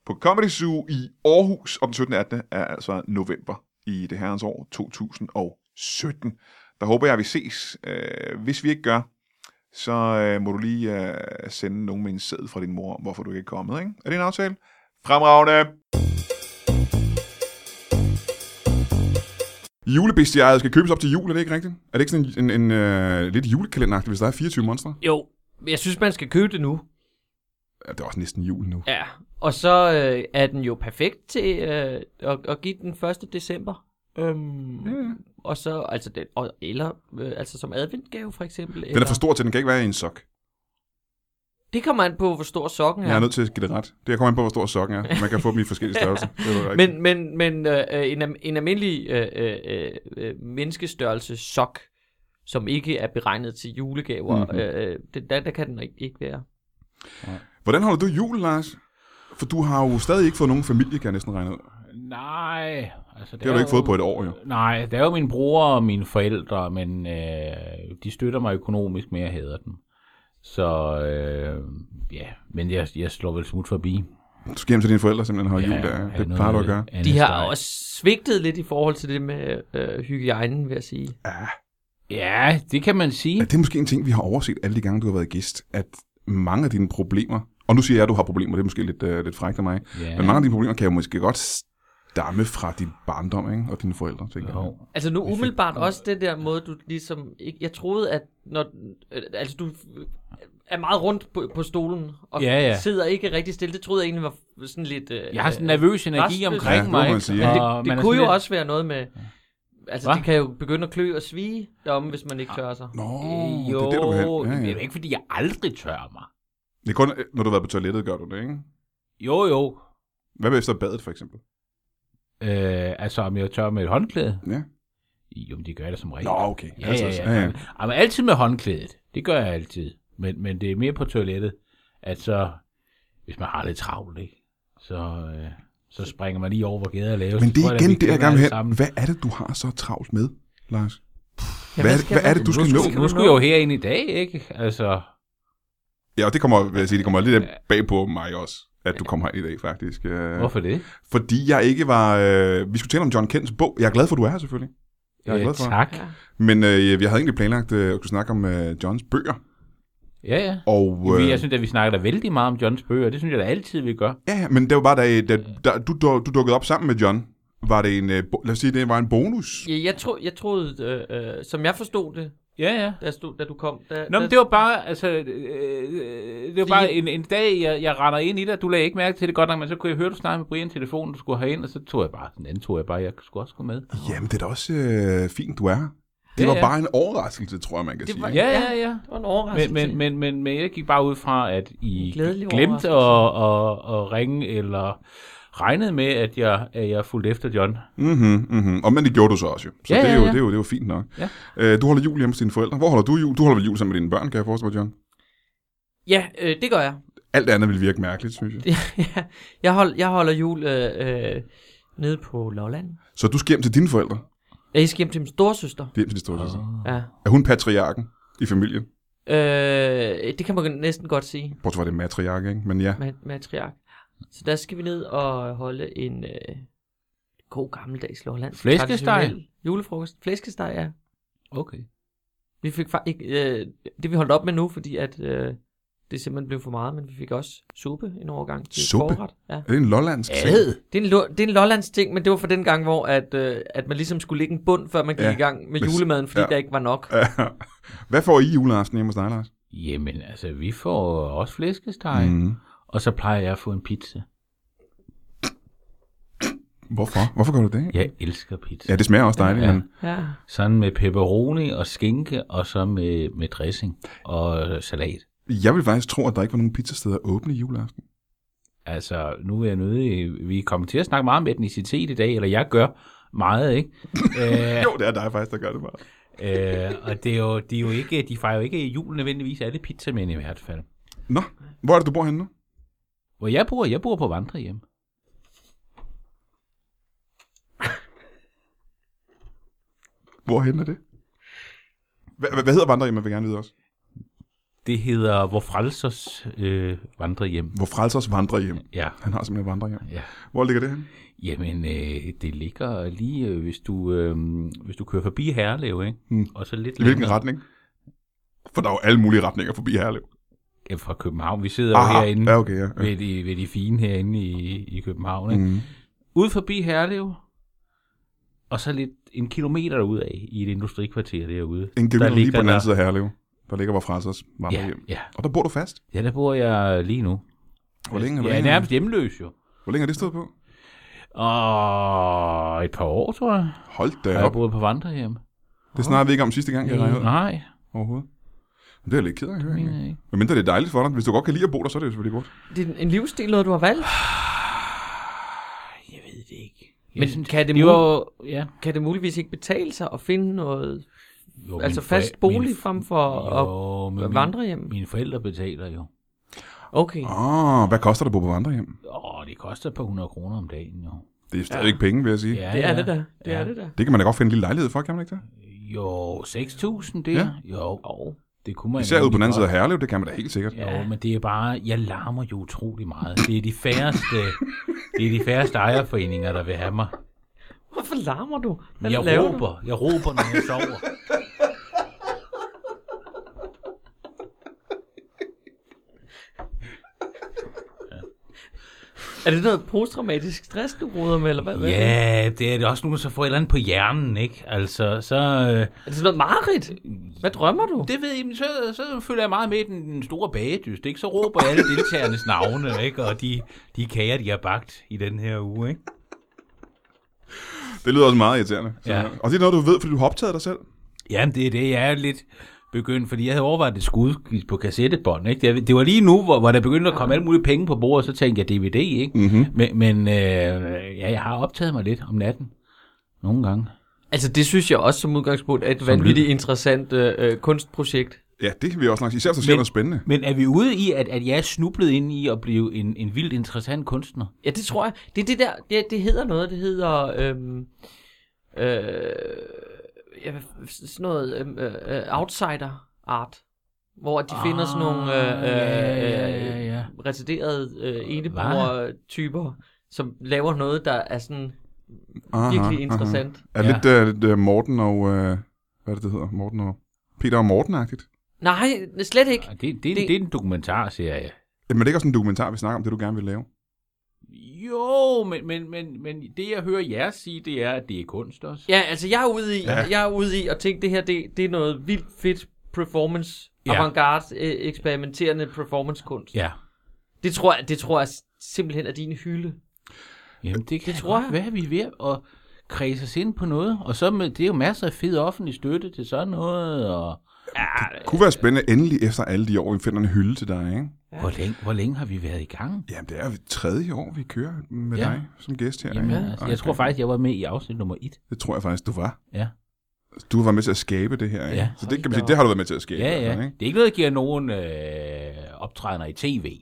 på Comedy Zoo i Aarhus. Og den 17. og 18. er altså november i det herrens år 2017. Der håber jeg, at vi ses. Øh, hvis vi ikke gør, så øh, må du lige øh, sende nogen med en sæd fra din mor, om, hvorfor du ikke er kommet. Ikke? Er det en aftale? Fremragende! Julebestiaret skal købes op til jul, er det ikke rigtigt? Er det ikke sådan en, en, en øh, lidt julekalenderagtig, hvis der er 24 monstre?
Jo, men jeg synes, man skal købe det nu.
Ja, det er også næsten jul nu.
Ja. Og så øh, er den jo perfekt til øh, at, at give den 1. december. Øhm,
Ja, ja.
Og så, altså, den, og, eller øh, altså som adventgave for eksempel.
Den
eller,
er for stor til, den kan ikke være i en sok.
Det kommer an på, hvor stor sokken
Jeg er
er.
nødt til at give det ret. Det kommer an på, hvor stor sokken er. Man kan få dem i forskellige størrelser. Det er jo rigtigt.
Men, men, men øh, øh, en, al- en almindelig øh, øh, øh, øh, menneskestørrelse sok, som ikke er beregnet til julegaver,
Mhm.
mm-hmm. øh, øh, det, der, der kan den ikke, ikke være.
Hvordan holder du jul, Lars? For du har jo stadig ikke fået nogen familie, kan jeg næsten regne ud.
Nej. Altså,
Det har du ikke fået på et år, jo.
Nej, det er jo min bror og mine forældre, men øh, de støtter mig økonomisk, men jeg hader dem. Så øh, ja, men jeg, jeg slår vel smut forbi.
Du skal hjem til dine forældre simpelthen og holde jul der.
er
Det
noget
plejer du at gøre.
andet
De har
steg.
også svigtet lidt i forhold til det med øh, hygiejnen, vil jeg sige.
Ja.
Ja, det kan man sige.
Er det måske en ting, vi har overset alle de gange, du har været gæst, at mange af dine problemer, og nu siger jeg, at du har problemer, det er måske lidt, øh, lidt frækt af mig,
Ja.
men mange af dine problemer kan jo måske godt stamme fra din barndom ikke? og dine forældre, tænker jeg.
Jo.
Altså nu umiddelbart også det der måde, du ligesom... Ikke, jeg troede, at når... øh, Altså du øh, er meget rundt på, på stolen, og
Ja, ja.
sidder ikke rigtig stille. Det troede jeg egentlig var sådan lidt... Øh,
Jeg har sådan en
øh,
nervøs energi
rastløs.
Ja,
omkring
det må
mig.
man
ikke?
sige, ikke?
Og altså,
Det, det
man er
kunne
sådan
jo
lidt-
også være noget med... Altså,
Hva?
det kan jo begynde at klø og svige deromme, hvis man ikke tør sig.
Nå, det
Øh,
er det, du vil have.
jo, det
Ja,
er jo
ja.
ikke, fordi jeg aldrig tør mig.
Det er kun, øh, når du har været på toilettet, gør du det, ikke?
Jo, jo.
Hvad med efter badet, for eksempel?
Øh, altså, om jeg tør med et håndklæde?
Ja.
Jo, men det gør jeg da som regel.
Nå, okay. Altså,
Ja, ja, ja. ja. Jamen, altid med håndklædet. Det gør jeg altid. Men, men det er mere på toilettet, at så, hvis man har lidt travlt, ikke? Så, øh, så springer man lige over, hvor gader er lavest.
Men det
Tror
er
da,
igen
vi
det, jeg
kender
gerne vil
alle
hen.
sammen.
Hvad er det, du har så travlt med, Lars?
Ja,
Hvad er det- hvad er det, du skal
nu
nå?
Nu, nu skulle jeg jo herind i dag, ikke? Altså,
Ja, og det kommer, vil jeg sige, det kommer lidt bag på mig også, at du kommer her i dag, faktisk. Øh,
hvorfor det?
Fordi jeg ikke var... Øh, vi skulle tale om John Kents bog. Jeg er glad for, at du er her, selvfølgelig. Jeg er glad for.
tak.
Ja.
Men øh, jeg havde egentlig planlagt øh, at kunne snakke om øh, Johns bøger.
Ja, ja.
Og,
Wow.
øh,
Jeg synes, at vi snakker da vældig meget om Johns bøger. Det synes jeg da altid, vi gør.
ja, ja, men det var bare, da, da, da du, du, du dukkede op sammen med John, var det en... Øh, bo- lad os sige, det var en bonus.
Ja, jeg, tro, jeg troede, øh, øh, som jeg forstod det,
Ja, ja.
da, stod, da du kom... Da,
Nå,
da,
men det var bare, altså, øh, det var bare en, en dag, jeg, jeg render ind i det, og du lagde ikke mærke til det godt nok, men så kunne jeg høre, du snakkede med Brian i telefonen, du skulle herind, og så tog jeg bare, den anden tog jeg bare, jeg skulle også gå med.
Jamen, det er da også øh, fint, du er her. Det
Ja,
var
ja.
bare en overraskelse, tror jeg, man kan
Det
sige.
var-
ikke?
Ja, ja, ja.
det var en overraskelse.
Men, men, men, men, men jeg gik bare ud fra, at I
En glædelig
glemte at,
overraskelse.
at, at ringe, eller regnede med, at jeg, at jeg fulgte efter John.
Mhm, mhm. Og men det gjorde du så også jo. Så
Ja,
det, er
ja,
jo,
ja.
det, er jo, det er jo fint nok.
Ja.
Øh, du holder jul hjemme hos dine forældre. Hvor holder du jul? Du holder vel jul sammen med dine børn, kan jeg forestille mig, John?
Ja, øh, det gør jeg.
Alt andet ville virke mærkeligt, synes jeg.
ja, jeg, hold, jeg holder jul øh, øh, nede på Lolland.
Så du skal hjem til dine forældre.
Jeg skal hjem til min storesøster.
Hjem til din store søster.
Mm.
Ja.
Er hun patriarken i familien?
Øh, det kan man næsten godt sige,
Bortset fra det er matriark, ikke? Men ja.
ma- matriark. Så der skal vi ned og holde en øh, god gammeldags Lolland.
Flæskesteg?
Traditionel Julefrokost. Flæskesteg, ja.
Okay.
Vi fik fa- ikke, øh, det vi holdt op med nu, fordi at, øh, det simpelthen blev for meget, men vi fik også suppe en overgang til
Suppe?
forret. Ja.
Er det en lollandsk ting?
Det er, en, lo- det er en Lollands ting, men det var for den gang, hvor at, øh, at man ligesom skulle lægge en bund, før man gik
Ja,
ja, i gang med
hvis-
julemaden, fordi
ja.
ja. der ikke var nok.
Hvad får I juleaften hjemme hos dig, Lars?
Jamen, altså, vi får også flæskesteg, mm.
Mhm.
og så plejer jeg at få en pizza.
Hvorfor? Hvorfor gør du det?
Jeg elsker pizza.
Ja, det smager også dejligt, ja.
Ja.
men
Ja.
Sådan med pepperoni og skinke, og så med, med dressing og øh, salat.
jeg vil faktisk tro, at der ikke var nogen pizzasteder åbne i juleaften.
Altså, nu er jeg nødig. Vi kommer til at snakke meget om etnicitet i dag, eller jeg gør meget, ikke? Æ,
Jo, det er dig faktisk, der gør det bare.
øh, og det er jo, de, er jo ikke, de fejrer jo ikke jul nødvendigvis alle pizzamænd i hvert fald.
Nå, hvor er det, du bor henne nu?
Hvor jeg bor, jeg bor på vandrehjem.
Hvorhen er det? Hva, hva- hvad hedder vandrehjem, jeg vil gerne vide også?
Det hedder Vor Frelsers øh, vandrehjem.
Hvor frelsers vandrehjem.
Ja.
Han har simpelthen vandrehjem.
ja.
Hvor ligger det henne?
Jamen, øh, det ligger lige, øh, hvis du, øh, hvis du kører forbi Herlev, ikke?
Mm.
Og så lidt
I hvilken
længere-
retning? For der er jo alle mulige retninger forbi Herlev.
Ja, fra København. Vi sidder Aha. jo herinde
ja,
ja.
okay, ja. ja.
ved, de, ved de fine herinde i, i København. Ikke? Mm.
Mm.
Ud forbi Herlev, og så lidt en kilometer derud af i et industrikvarter derude.
En kilometer lige på den
der-
anden side af Herlev. Der ligger Vor frelsers
Ja,
vandrehjem.
ja.
Og der bor du fast.
ja, der bor jeg lige nu.
Hvor længe, hvor,
Jeg er
længe,
nærmest hjemløs jo.
hvor længe har det stået på?
Og et par år, tror jeg,
Hold da
har jeg
op.
boet på vandrehjem.
Det snakker vi ikke om sidste gang, jeg regnede ud
Nej,
overhovedet. Men Det er jeg lidt ked af at høre,
mener
egentlig.
jeg ikke.
Men mindre det er dejligt for dig. Hvis du godt kan lide at bo der, så er det jo selvfølgelig godt.
Det er en livsstil, noget du har valgt.
Jeg ved det ikke. Jeg
Mm. Men
synes,
kan det,
det
mul-
var, ja.
kan det muligvis ikke betale sig at finde noget,
Jo,
altså
mine
fast
foræl-
bolig
mine-
frem for at
jo, men
at
mine-
vandre hjem?
Mine forældre betaler jo.
Okay.
Åh, Ah, hvad koster det at bo på vandrehjem?
Åh, det koster et par hundrede kroner om dagen jo.
Det er stadigvæk ja. penge, vil jeg sige. Ja.
Det er det der. Det er det der.
Det kan man da godt finde en lille lejlighed for, kan man ikke det?
Jo, 6.000 det?
Ja.
Ja. Jo,
Og
det kunne man
Især ude på den anden side af
af
Herlev, det kan man da helt sikkert.
Ja. Jo, men det er bare, jeg larmer jo utrolig meget. Det er de færreste, det er de færreste ejerforeninger, der vil have mig.
hvorfor larmer du? Hvad
Jeg
laver du?
råber, jeg råber, når jeg sover.
Er det noget posttraumatisk stress, du råder med, eller hvad? hvad er det?
Ja, det er det også nogen, så får et eller andet på hjernen, ikke? Altså, så... Øh,
Er det sådan noget mareridt? Hvad drømmer du?
Det ved I, men så, så følger jeg meget med i den, den store bagedyst, ikke? Så råber jeg alle deltagernes navne, ikke? Og de, de kager, de har bagt i den her uge, ikke?
Det lyder også meget irriterende. Så, ja.
Ja.
Og det er noget, du ved, fordi du har optaget dig selv.
Jamen, det er det, jeg er lidt begyndt, fordi jeg havde overvejet et skud på kassettebånd, ikke? Det, det var lige nu, hvor, hvor der begyndte at komme alle mulige penge på bordet, så tænkte jeg DVD, ikke?
Mm-hmm.
Men, men øh, ja, jeg har optaget mig lidt om natten. Nogle gange.
Altså, det synes jeg også som udgangspunkt er et vanvittigt interessant øh, kunstprojekt.
Ja, det vil jeg også nok sige. Især hvis du siger
Men-
noget spændende.
Men er vi ude i, at, at jeg er snublet ind i at blive en, en vildt interessant kunstner?
Ja, det tror jeg. Det er det der, det, det hedder noget, det hedder, øhm, øh, ja, hvad- sådan noget øhm, øh, øh, outsider art, hvor de finder sådan nogle øh, øh,
Ah, ja, ja, ja, ja.
residerede øh, eneboer-typer, som laver noget, der er sådan
Aha,
virkelig interessant.
Aha. Er det
Ja.
lidt, uh, lidt uh, Morten og... Uh, hvad er det, det hedder? Morten og... Peter og Morten-agtigt.
Nej, slet ikke.
Ja, Det, det,
Det-
det, det er en dokumentarserie.
Jamen, er det ikke også en dokumentar, vi snakker om, det du gerne vil lave?
Jo, men, men, men, men det jeg hører jer sige, det er, at det er kunst også.
Ja, altså jeg er ude i,
Ja.
ja. jeg er ude i at tænke, det her det, det er noget vildt fedt performance,
Ja.
ja. avantgarde, øh, eksperimenterende performancekunst.
ja.
Det tror jeg, det tror jeg simpelthen er din hylde.
Jamen, det kan
Det tror jeg.
Hvad er vi ved at kredse os ind på noget? Og så med, det er jo masser af fed offentlig støtte til sådan noget. Og Øh.
Det kunne være spændende endelig efter alle de år, vi finder en hylde til dig, ikke?
ja. hvor, længe, hvor længe har vi været i gang?
Jamen, det er jo tredje år, vi kører med
Ja.
dig som gæst her.
Jamen,
ikke?
ja, altså,
Ej,
jeg tror faktisk, jeg var med i afsnit nummer et.
Det tror jeg faktisk, du var.
Ja.
Du var med til at skabe det her, ikke?
Ja.
Så det kan man sige, det har du været med til at skabe.
Ja,
i hvert
ja.
fald, ikke?
Det er ikke noget, der giver nogen øh, optrædener i tv.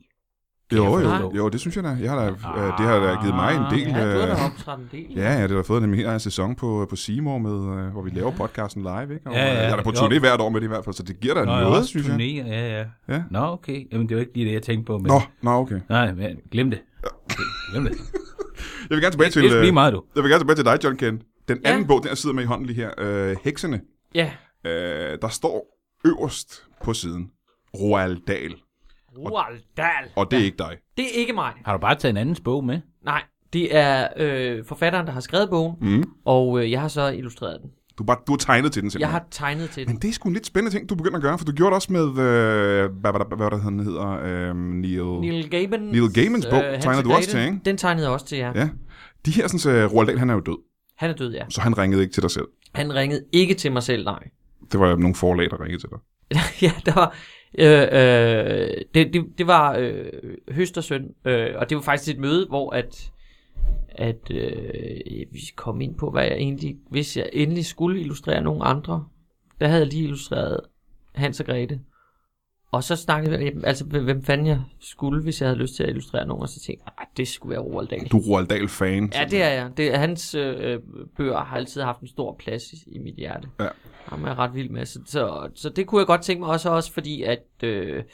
Kan
Jo,
jeg Ah.
jo,
forstå.
jo, det synes jeg da. Jeg har da øh, det har da givet mig en del.
Ja, du har
øh,
da optrådt en del.
Ja, ja, det har fået en hel egen sæson på, på Seymour, med, øh, hvor vi laver podcasten live, ikke? Og,
Ja, ja,
øh, Jeg er da på
jo.
turné hvert år med det i hvert fald, så det giver da
Nå, jeg
noget,
også
synes jeg.
turnerer, ja, ja.
Ja.
Nå, okay. Jamen, det var ikke lige det, jeg tænkte på. Men...
Nå, nå, okay.
Nej, men glem det. Glem det.
Jeg vil gerne tilbage til,
Det er sgu
øh,
lige meget, du.
jeg vil gerne tilbage til dig, John Kent. Den
Ja.
anden bog, den jeg sidder med i hånden lige her, øh, Heksene,
ja.
øh, der står øverst på siden, Roald Dahl.
Roald Dahl.
Og det er ikke dig.
Det er ikke mig.
Har du bare taget en andens bog med?
Nej, det er øh, forfatteren, der har skrevet bogen,
Mm.
og øh, jeg har så illustreret den.
Du, er bare, du har tegnet til den
Jeg
simpelthen.
har tegnet til
Men
den.
det er sgu en lidt spændende ting, du begynder at gøre, for du gjorde det også med, øh, hvad, hvad, hvad, hvad der han hedder, øh, Neil...
Neil Gaiman. øh,
Neil Gaimans bog tegnede du også til, ikke?
Den tegnede jeg også til, ja. ja.
Ja. De her, sådan, så øh, Roald Dahl, han er jo død,
Han er død, ja.
så han ringede ikke til dig selv.
Han ringede ikke til mig selv, nej.
Det var nogle forlag, der ringede til dig.
ja, der var... Øh, øh, det, det, det var øh, høst og søn, øh, og det var faktisk et møde, hvor at, at øh, vi kom ind på, hvad jeg egentlig, hvis jeg endelig skulle illustrere nogen andre, der havde jeg lige illustreret Hans og Grete. Og så snakkede vi, jamen, altså hvem fanden jeg skulle, hvis jeg havde lyst til at illustrere nogen, og så tænkte jeg, "Ah, det skulle være Roald Dahl.
Du er Roald Dahl-fan.
Ja, det er jeg. Det, hans øh, bøger har altid haft en stor plads i, i mit hjerte.
Ja.
Ham er jeg ret vild med. Så, så, så det kunne jeg godt tænke mig også, også fordi at øh,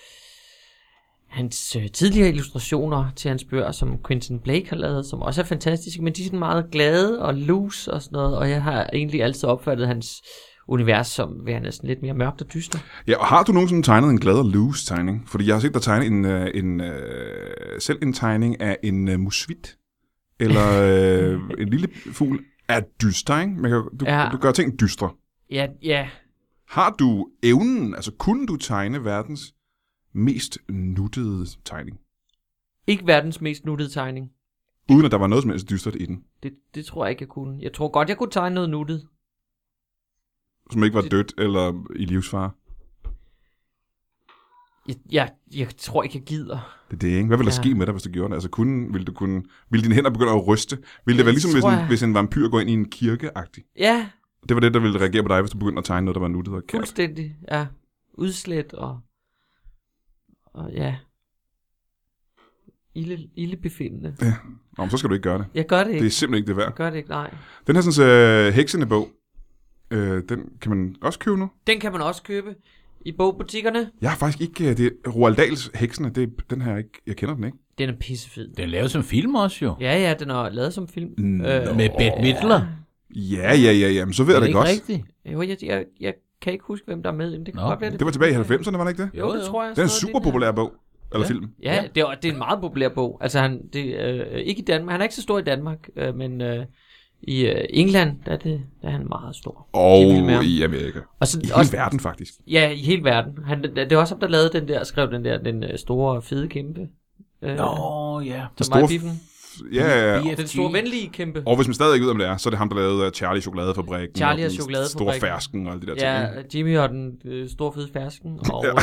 hans øh, tidligere illustrationer til hans bøger, som Quentin Blake har lavet, som også er fantastiske, men de er sådan meget glade og loose og sådan noget, og jeg har egentlig altid opfattet hans univers som værende næsten lidt mere mørkt og dyster.
Ja, og har du nogensinde tegnet en glad og loose tegning? Fordi jeg har set dig tegne en, øh, en, øh, selv en tegning af en øh, musvit, eller øh, en lille fugl er dyster, ikke? Man kan, jo- du, ja.
Ja.
du gør ting dystre.
Ja, ja,
Har du evnen, altså kunne du tegne verdens mest nuttede tegning?
ikke verdens mest nuttede tegning.
Uden at der var noget som helst dystert i den,
Det, det tror jeg ikke, jeg kunne. Jeg tror godt, jeg kunne tegne noget nuttet.
som ikke var
Det-
dødt eller i livsfare.
Jeg, jeg, jeg tror ikke, jeg gider.
Det er det, ikke? Hvad ville der
Ja.
ske med dig, hvis du gjorde det? Altså, kunne, ville, du kunne, ville dine hænder begynde at ryste? Ville det være ligesom, hvis
tror
en,
jeg.
hvis en vampyr går ind i en kirke -agtig?
Ja,
Det var det, der ville reagere på dig, hvis du begyndte at tegne noget, der var nuttet og kært.
fuldstændig. Ja, udslet og, og ja, ilde, ildebefindende.
Nå, men så skal du ikke gøre det.
Jeg gør det ikke.
Det er simpelthen ikke det
Jeg
værd.
gør det ikke, nej.
Den her sådan, øh, heksende bog, øh, den kan man også købe nu.
Den kan man også købe i bogbutikkerne.
Jeg har faktisk ikke, øh, det er Roald Dahls heksene, det, er- den her ikke, jeg kender den ikke.
Den er pissefed.
Den er lavet som film også jo.
Ja, ja, den er lavet som film.
Mm,
Øh,
Nå.
Med Bette Midler.
Ja, ja, ja, ja, men så ved jeg
er
det
ikke
godt.
rigtigt?
Jo, jeg, jeg, jeg kan ikke huske, hvem der er med. i den. Det kan
Nå,
godt være,
Det var tilbage i 90'erne, var det ikke det?
Jo, det tror jeg.
Den er
sådan
en
noget,
super
det der.
populær bog, eller
Ja.
film.
Ja, det er, det er en meget populær bog. Altså han, det, øh, ikke i Danmark, han er ikke så stor i Danmark, øh, men øh, i øh, England, der er, det, der er han meget stor.
Og
De er vilde med ham.
i Amerika.
Og så,
I hele
også,
verden, faktisk.
ja, i hele verden. Han, det, det er også ham, der lavede den der, skrev den der, den øh, store fede kæmpe. Øh,
Nå, ja.
som
store
mig biffen.
Ja, ja, ja.
BFG.
Den store venlige kæmpe.
Og hvis man stadig ikke ved, om det er, så er det ham, der lavede øh, Charlie Chokoladefabrikken.
Charlie
og
og
den Store
Chokoladefabrikken.
fersken og alle de der ting. ikke?
Ja, Jimmy og den øh, store fede fersken. Og, øh,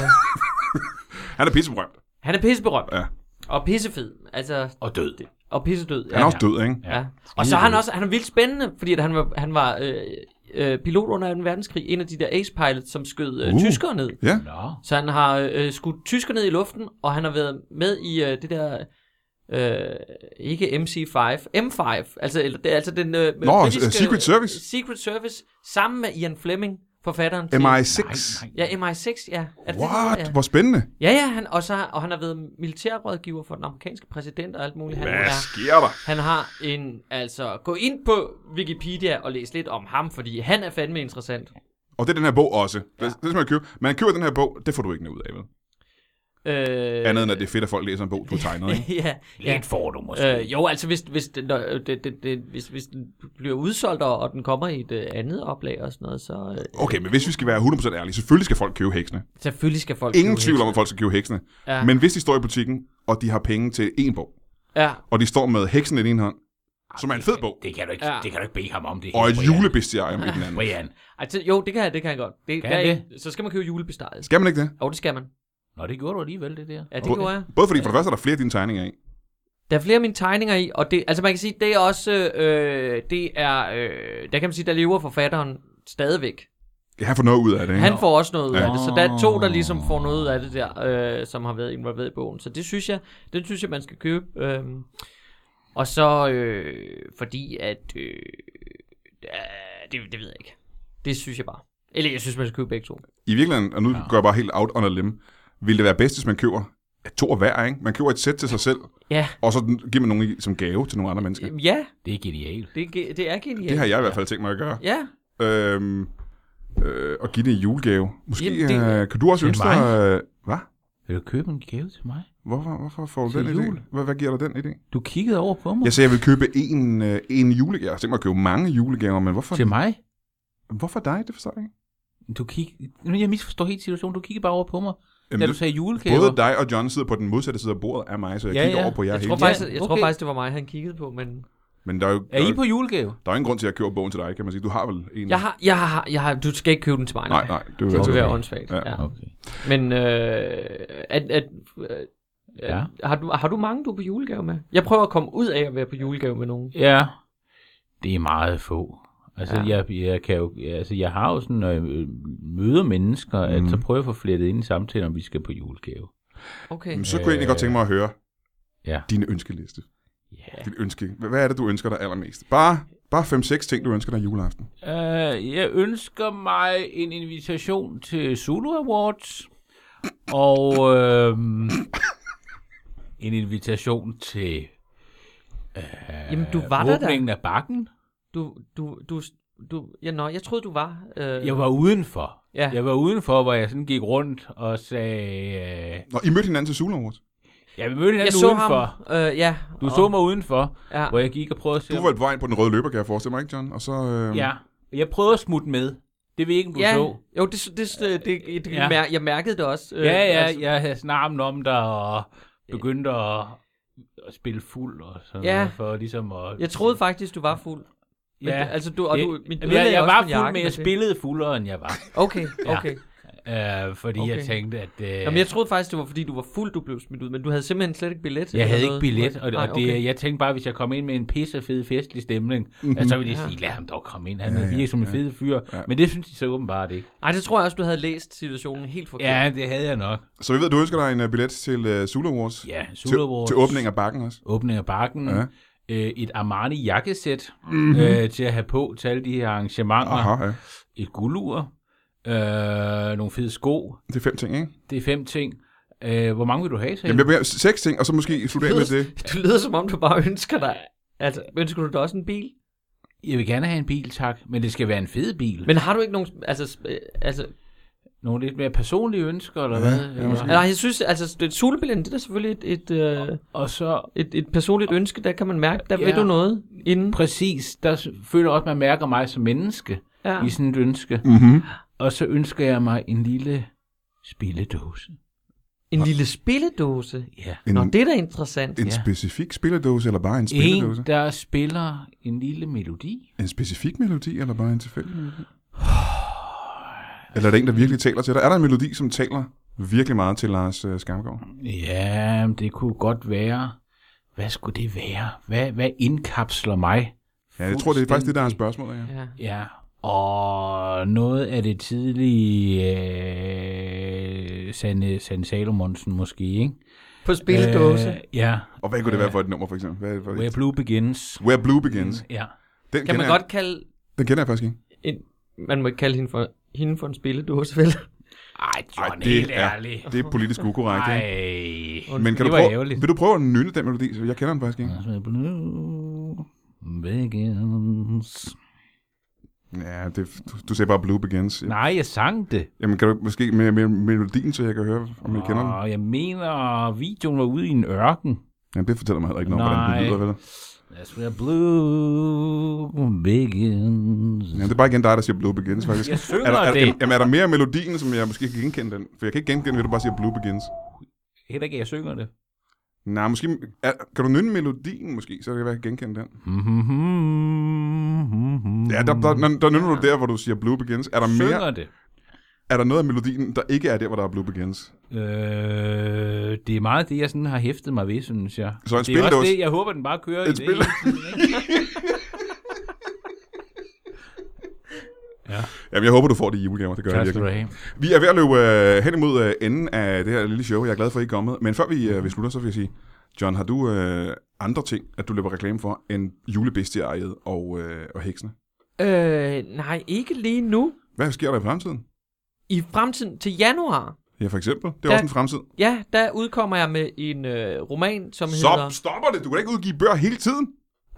Han er pisseberømt.
han er pisseberømt.
Ja.
Og pissefed. Altså,
Og død.
og pissedød.
Han er også død, ikke?
Ja. Og så er han også han er vildt spændende, fordi at han var, han var øh, øh, pilot under 2. verdenskrig, en af de der ace pilots, som skød øh,
Uh.
uh. tyskere ned.
Ja.
Nå.
Så han har øh, skudt tysker ned i luften, og han har været med i øh, det der, øh, ikke MC5, M5, altså, eller, det er altså den øh,
Nå, øh, Secret Service.
Secret Service, sammen med Ian Fleming, forfatteren til...
MI6.
Nej,
Ja, MI6, ja. Er det
What?
Det,
Ja.
ja.
Hvor spændende.
ja, ja, han, og, så, og han har været militærrådgiver for den amerikanske præsident og alt muligt. Han
Hvad
er,
sker der?
han har en, altså, gå ind på Wikipedia og læs lidt om ham, fordi han er fandme interessant.
Og det er den her bog også. Ja. Det, det skal man købe. Man køber den her bog, det får du ikke noget ud af, vel?
Øh,
Andet end, at det er fedt, at folk læser en bog, du har tegnet, ikke?
ja, ja.
Lidt får du måske.
Øh, jo, altså hvis, hvis, den, når, øh, det, det, det, hvis, hvis den bliver udsolgt, og, og den kommer i et øh, andet oplag og sådan noget, så øh,
Okay, men hvis vi skal være 100% ærlige, selvfølgelig skal folk købe heksene.
selvfølgelig skal folk...
Ingen
købe
tvivl om,
heksene.
at folk skal købe heksene.
Ja.
Men hvis de står i butikken, og de har penge til én bog,
Ja,
og de står med heksen i den ene hånd, som er en fed bog,
Ah,
Det kan du ikke,
Ja.
det kan du ikke bede ham om. Det er
og et
helt Brian.
julebestiarium i den anden.
Brian.
altså, jo, det kan jeg, det kan jeg godt. Det,
Kan
der er
det?
ikke- Så skal man købe julebesteget.
Skal man ikke det?
Jo, det skal man.
Nå, det gjorde du alligevel, det der.
Ja, det
Hvor-
gjorde jeg.
Både fordi, for det første er der flere af dine tegninger i.
Der er flere af mine tegninger i, og det, altså man kan sige, det er også, øh, det er, øh, der kan man sige, der lever forfatteren stadigvæk.
Jeg har fået noget ud af det, ikke?
Han får også noget ud
Ja.
af det, så der er to, der ligesom får noget ud af det der, øh, som har været involveret i bogen. Så det synes jeg, den synes jeg, man skal købe. Øh. Og så, øh, fordi at, øh, ja, det, det ved jeg ikke. Det synes jeg bare. Eller jeg synes, man skal købe begge to.
I virkeligheden, og nu ja. går jeg bare helt out on a limb, ville det være bedst, hvis man køber to af hver, ikke? Man køber et sæt til sig selv,
Ja,
og så den- giver man nogen i- som gave til nogle andre mennesker.
ja
Det er genialt.
det, er ge- det er genialt.
Det har jeg i hvert fald tænkt mig at gøre.
Ja,
Øhm, øh, og give det i julegave. Måske
Jamen,
det,
det-
øh, kan du også
Til
ønske dig... Øh, hvad?
Vil du købe en gave til mig?
Hvorfor, hvorfor får du
Til
den
jul.
idé? Hvad, hvad giver dig den idé?
Du kiggede over på mig.
Jeg sagde, jeg vil købe en, øh, en julegave. Jeg har tænkt mig at købe mange julegaver, men hvorfor,
Til mig?
hvorfor dig? Det forstår jeg ikke.
Du kig... Nu, jeg misforstår helt situationen. Du kiggede bare over på mig, Jamen, da
Jamen,
du
det,
sagde julegaver.
både dig og John sidder på den modsatte side af bordet af mig, så jeg
Ja,
kigger
ja.
over på jer
jeg,
hele
tror
tiden.
faktisk, jeg tror
okay.
faktisk, det var mig, han kiggede på, men...
Men der er jo der
Er
er
I på julegave?
Der er ingen grund til, at jeg køber bogen til dig, kan man sige. Du har vel en...
Jeg har, jeg har, jeg har, du skal ikke købe den til mig.
Nej, nej. Det
Det
er
vil
okay.
være åndssvagt.
Ja.
Ja. Ja.
Okay.
Men øh, at, at, øh,
Ja.
har, du, har du mange, du er på julegave med? Jeg prøver at komme ud af at være på julegave med nogen.
Ja. Det er meget få. Altså,
Ja.
ja. jeg, jeg, kan jo, altså, jeg har jo sådan, når jeg øh, møder mennesker, mm.
Mhm.
at så prøver jeg at få flettet ind i samtalen, om vi skal på julegave.
Okay.
Jamen, så kunne jeg egentlig godt tænke mig at høre
Ja.
din ønskeliste.
Ja.
Dit ønske. Hvad hvad er det, du ønsker dig allermest? Bare, bare 5-6 ting, du ønsker dig juleaften.
Uh, jeg ønsker mig en invitation til Zulu Awards, og uh, en invitation til øh,
Jamen, du var der da.
åbningen af bakken.
Du, du, du, du, ja, nå, jeg troede, du var. Øh,
Jeg var udenfor.
Ja.
Jeg var udenfor, hvor jeg sådan gik rundt og sagde... Øh,
Når I mødte hinanden til Sula Awards.
jeg mødte
jeg
hinanden
så
udenfor.
ham. Øh, ja.
Du
og-
så mig udenfor,
Ja.
hvor jeg gik og prøvede at se...
Du
om-
var på vej på den røde løber, kan jeg forestille mig, ikke John? Og så... Øh,
Ja. Jeg prøvede at smutte med. Det ved jeg ikke, om du
ja.
så.
Jo, det, det, det, det, det
Ja.
ja. jeg mærkede det også. øh,
Ja, ja,
altså.
jeg havde sådan armen om dig og begyndte at, at spille fuld og sådan
Ja.
noget, for ligesom at...
Jeg troede faktisk, du var fuld. Men,
Ja.
ja. Altså, du, og
det-
du, min
Jamen, jeg, jeg var fuld, men
med
jeg spillede fuldere, end jeg var.
Okay,
Ja.
okay.
øh, fordi okay. jeg
Okay.
tænkte, at... Øh,
Jamen, jeg troede faktisk, det var, fordi du var fuld, du blev smidt ud, men du havde simpelthen slet ikke billet.
jeg
eller
havde ikke
noget.
billet, og,
Nej,
og det, jeg tænkte bare, hvis jeg kom ind med en pisse fed festlig stemning, mm-hmm. så ville de sige, lad ham dog komme ind, han
Mhm. Ja,
er
ja,
virkelig som en
ja.
fed fyr.
Ja.
Men det synes de så åbenbart ikke.
Ej, det tror jeg også, du havde læst situationen helt forkert.
Ja, det havde jeg nok.
Så vi ved, at du ønsker dig en uh, billet til uh, Sula Awards.
Ja,
Til,
Sula Awards.
til åbning af bakken også.
åbning af bakken,
Ja. Mhm.
ja. øh, et Armani-jakkesæt mm-hmm. øh, til at have på til alle de her arrangementer,
Aha, ja.
et guldur, øh, nogle fede sko,
Det er fem ting, ikke?
det er fem ting. Øh, hvor mange vil du have, så?
Jamen, jeg vil have seks ting, og så måske slutte af med det.
Du lyder, som om du bare ønsker dig... Altså, ønsker du dig også en bil?
jeg vil gerne have en bil, tak, men det skal være en fed bil. Men...
Men har du ikke nogen... Altså, sp- øh, altså,
Nogle lidt mere personlige ønsker, eller hvad?
ja, måske.
Eller-
altså jeg synes, altså, et solbillet, det er da selvfølgelig et, et, øh,
Og så,
et, et personligt ønske, der kan man mærke, der
Ja.
ja. ved du noget inden.
præcis, der s- føler jeg også, at man mærker mig som menneske
Ja.
ja. i sådan et ønske.
Mm-hmm.
Og så ønsker jeg mig en lille spilledåse.
En lille spilledåse.
Ja.
En,
Nå, det er da interessant.
en
ja.
specifik spilledåse, eller bare en spilledåse?
En, der spiller en lille melodi.
En specifik melodi, eller bare en tilfældig melodi? Eller er det en, der virkelig taler til dig? Er der en melodi, som taler virkelig meget til Lars øh, Skamgaard?
Ja, men det kunne godt være. Hvad skulle det være? Hvad, hvad indkapsler mig?
Ja, jeg tror, det er faktisk det, der er spørgsmålet. Ja.
Ja.
Ja, og noget af det tidlige øh, Sande, Sande Salomonsen måske, ikke?
På spilledåse.
Øh, ja,
Og hvad kunne det være for et nummer, for eksempel? Hvad, hvad,
Where Blue Begins.
Where Blue Begins.
Ja.
Den
kan
kender
man
jeg,
godt kalde...
Den kender jeg faktisk ikke.
En, man må ikke kalde hende for, hende for en spilledåse, vel?
Ej,
Ej,
John, Ej, helt ærlig.
det er politisk ukorrekt.
Ej.
ikke? Men
Men
kan
det
du
var
prøve,
ærgerligt.
vil du prøve at nynne den melodi? Jeg kender den faktisk ikke.
Blue Begins.
Ja, det, du, du sagde bare Blue Begins.
Nej, jeg sang det.
Jamen, kan du måske med, med melodien, så jeg kan høre, om jeg kender den?
Og Ah, jeg mener, videoen var ude i en ørken.
Jamen, det fortæller mig heller ikke noget, om, hvordan den
Nej.
lyder, vel?
That's where blue begins.
Jamen, det er bare igen dig, der siger Blue Begins, faktisk.
Jeg synger
er der, er,
det.
Jamen, er der mere af melodien, som jeg måske kan genkende den? For jeg kan ikke genkende, hvis du bare siger Blue Begins.
Heller ikke, jeg synger det.
Nej, måske... Er, kan du nynne melodien, måske? Så kan det være, jeg kan genkende den.
Mm.
Ja, der, der, der, der nynner du der, hvor du siger Blue Begins. Er der, mere,
Synger det.
er der noget af melodien, der ikke er der, hvor der er Blue Begins?
Øh, det er meget det, jeg sådan har hæftet mig ved, synes jeg.
Så en
det er også
spildåse.
det, jeg håber, den bare kører
En
i
spil-
det. hele tiden, ikke?
Jamen, jeg håber, du får det i julegaver. Det gør jeg
Tak skal
virkelig.
du have.
Vi er ved at løbe øh, hen imod øh, enden af det her lille show. Jeg er glad for, at I er kommet. Men før vi, øh, vi slutter, så vil jeg sige, John, har du øh, andre ting, at du løber reklame for, end julebestiariet og, øh, og heksene?
Øh, nej, ikke lige nu.
Hvad sker der i fremtiden?
I fremtiden til januar,
Ja, for eksempel. Det er
Ja.
også en fremtid.
ja, der udkommer jeg med en øh, roman, som
Så
hedder...
stopper det. Du kan da ikke udgive bøger hele tiden.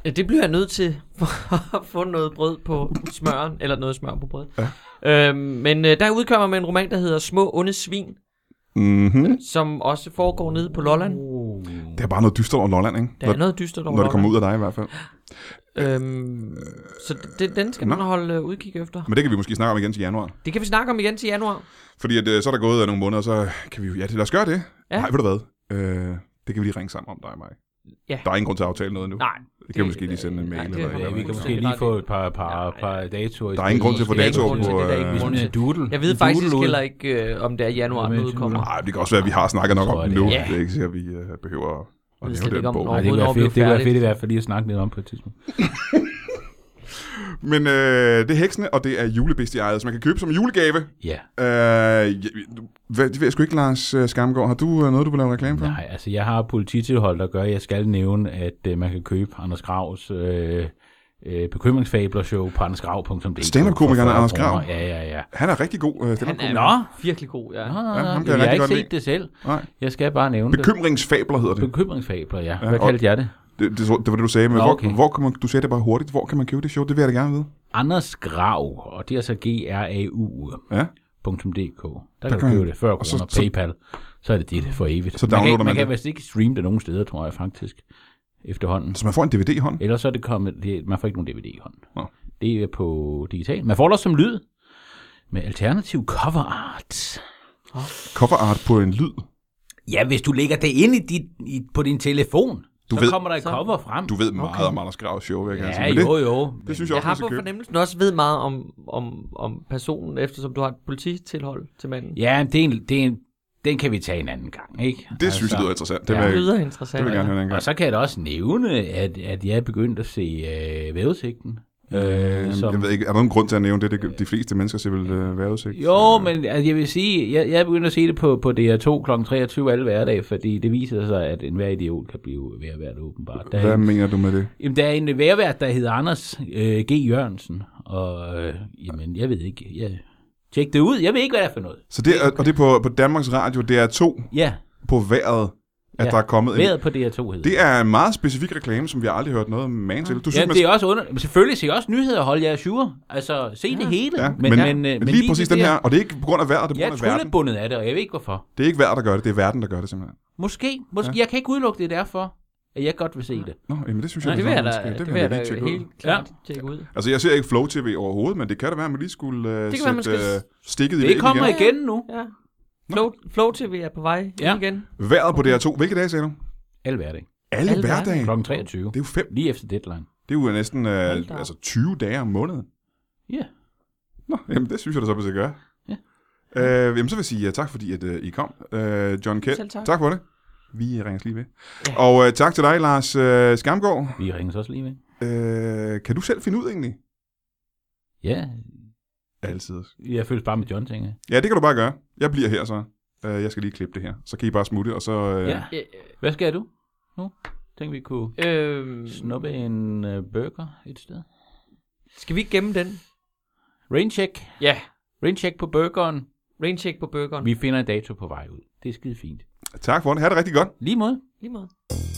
Ja, det bliver jeg nødt til for at få noget brød på smøren, eller noget smør på brød. Ja. Øhm, men øh, der udkommer jeg med en roman, der hedder Små onde svin,
Mm-hmm.
som også foregår nede på Lolland. Oh.
Det er bare noget dystert over Lolland, ikke?
Der
når,
er noget dystert over
når det kommer ud af dig i hvert fald.
Øhm, så det, den skal
nå.
man holde øh, udkig efter.
Men det kan vi måske snakke om igen til januar.
Det kan vi snakke om igen til januar.
Fordi at, øh, så er der gået øh, nogle måneder, så kan vi jo... Ja, det- lad os gøre det.
Ja.
Nej, ved du hvad? Øh, det kan vi lige ringe sammen om dig og mig.
Ja.
Der er ingen grund til at aftale noget nu.
Nej.
det kan vi måske lige sende en mail.
nej,
eller
det-
et eller
Ja,
andet.
vi kan måske
fuldstændig
lige
ret
få
i.
et par, par, par datoer. i
Der er ingen grund til at få
spil.
datoer
Det er
på...
der ikke
Øh,
grund
Ligesom en doodle.
Jeg ved
En
faktisk
doodle-ud.
heller ikke, øh, om det er januar,
Hvad
den
med
udkommer.
nej, det kan også være, at vi har snakket nok
Tror
om
jeg,
det
det
nu.
er.
Det er ikke sikkert, at vi øh, behøver at, at
ved
lave
slet
den
ikke, om
bog.
den
Ej, det kunne
Overhovedet
være
når
fedt,
det
det
blev
kunne være
færdigt.
fedt i hvert fald lige at snakke lidt om på et tidspunkt.
Men øh, det er heksene, og det er julebestiaret, som man kan købe som julegave.
Ja.
Øh, jeg- hvad, det ved jeg sgu ikke, Lars øh, Skamgaard. Har du øh, noget, du vil lave reklame for?
Nej, altså jeg har polititilhold, der gør, at jeg skal nævne, at øh, man kan købe Anders Gravs øh, øh, bekymringsfabler-show på andersgrav.dk.
Stand-up-komikeren
For 40
Anders Grav?
kroner. Ja, ja, ja.
Han er rigtig god. Øh, stand-up
Han er
komiker.
Nå.
virkelig god, ja.
Nå,
Ja, ham kan jeg
jeg, jeg
rigtig
har ikke
godt
set
lide.
det selv.
Nej.
Jeg skal bare nævne det.
Bekymringsfabler hedder det.
Bekymringsfabler, ja.
Ja,
Hvad
og-
kaldte jeg det?
Det, det, det var det, du sagde. Men
Nå,
hvor,
okay.
hvor kan man, du sagde det bare hurtigt. Hvor kan man købe det show? Det vil jeg da gerne vide.
Anders Grav, og det er altså g r a u
Ja.
.dk. Der,
kan
kan du
man-
købe det 40
og så-
kroner
så-
PayPal. Så er det dit for evigt.
Så
man kan,
downloader
ikke-
man
man kan
det.
vist ikke streame det nogen steder, tror jeg faktisk, efterhånden.
Så man får en DVD i hånden.
Ellers så er det kommet, det, man får ikke nogen DVD i hånden.
Nå.
Det er på digital. Man får det også som lyd med alternativ cover art.
Cover art på en lyd.
Ja, hvis du lægger det ind i dit, i, på din telefon,
Du
så
ved-
kommer der et cover frem.
Du ved meget om Anders Gravs show, vil jeg gerne
ja,
sige. Men
jo,
det,
jo.
det synes jeg
Jeg
også, man
har på
skal købe.
fornemmelsen også ved meget om, om, om personen, eftersom du har et polititilhold til manden. Ja,
Ja, det er en, det er en, den kan vi tage en anden gang, ikke?
Det synes jeg lyder interessant. Det
Altså, Ja.
vil
det
jeg,
lyder
det
interessant.
vil jeg gerne høre en
Og
gang.
så kan jeg da også nævne, at, at jeg er begyndt at se øh, vævesigten. Øh,
Øhm, Jeg ved ikke, er der nogen grund til at nævne det? det de fleste mennesker ser vel øh, være udsigt.
Jo, men altså, jeg vil sige, jeg, jeg er begyndt at se det på, på DR2 kl. 23 alle hverdage, fordi det viser sig, at enhver idiot kan blive værvært åbenbart. Der er,
Hvad
en,
mener du med det?
jamen, der er en værvært, der hedder Anders øh, G. Jørgensen, og øh, jamen, jeg ved ikke, jeg, tjek det ud, jeg ved ikke, hvad det er for noget.
Så det er, og det er på, på Danmarks Radio, det er to
Ja,
på vejret, at
Ja,
der er kommet en...
været på DR2 hedder
Det er en meget specifik reklame, som vi aldrig har hørt noget man til. Du synes,
Ja,
man
det er også under... Men selvfølgelig se også nyheder, hold jer sure. Altså, se ja. det hele.
Ja, men, men, men,
øh,
men lige præcis
det
den
der-
her, og det er ikke på grund af vejret, det er på
Jeg
grund af
er
verden.
tryllebundet af det, og jeg ved ikke hvorfor.
Det er ikke vejret, der gør det, det er verden, der gør det simpelthen.
Måske, måske. Ja. Jeg kan ikke udelukke det er derfor, at jeg godt vil se det.
Nå, jamen det synes
Ja,
jeg,
det vil jeg da,
man skal-
det
vil
vil jeg
lige
da
tjekke ud.
helt klart tjekke ud.
Altså, jeg ser ikke Flow TV overhovedet, men det kan da være, at man lige skulle uh,
kan
sætte
være, man skal-
øh, stikket i
Det
væggen
kommer
igen.
igen nu.
Ja. Flow, Flow TV er på vej
Ja.
ja. igen.
Vejret på DR2. Hvilke dage sagde du?
Alle hverdage.
Alle
Alle
hverdage.
Klokken 23.
Det er jo fem.
Lige efter deadline.
Det er jo næsten
Hold da
øh,
op.
altså 20 dage om måneden.
Ja.
Nå, jamen det synes jeg da så, hvis jeg gør.
Ja.
Øh, jamen så vil jeg sige uh, tak, fordi at, uh, I kom. Uh, John Kjeld,
Selv tak.
tak for det. Vi ringes lige ved. Ja. Og uh, tak til dig, Lars uh, Skamgaard.
Vi ringer så også lige med.
Uh, kan du selv finde ud egentlig?
Ja,
Altid.
jeg føles bare med John, tænker jeg.
Ja, det kan du bare gøre. Jeg bliver her så. Uh, jeg skal lige klippe det her. Så kan I bare smutte, og så... Uh,
Ja.
Øh,
Hvad skal du nu? Tænker vi kunne
øh,
snuppe en øh, burger et sted?
skal vi ikke gemme den?
Raincheck.
Ja.
Raincheck på burgeren.
Raincheck på burgeren.
Vi finder en dato på vej ud. Det er skide fint.
Tak for det. Ha' det rigtig godt.
Lige måde.
Lige meget.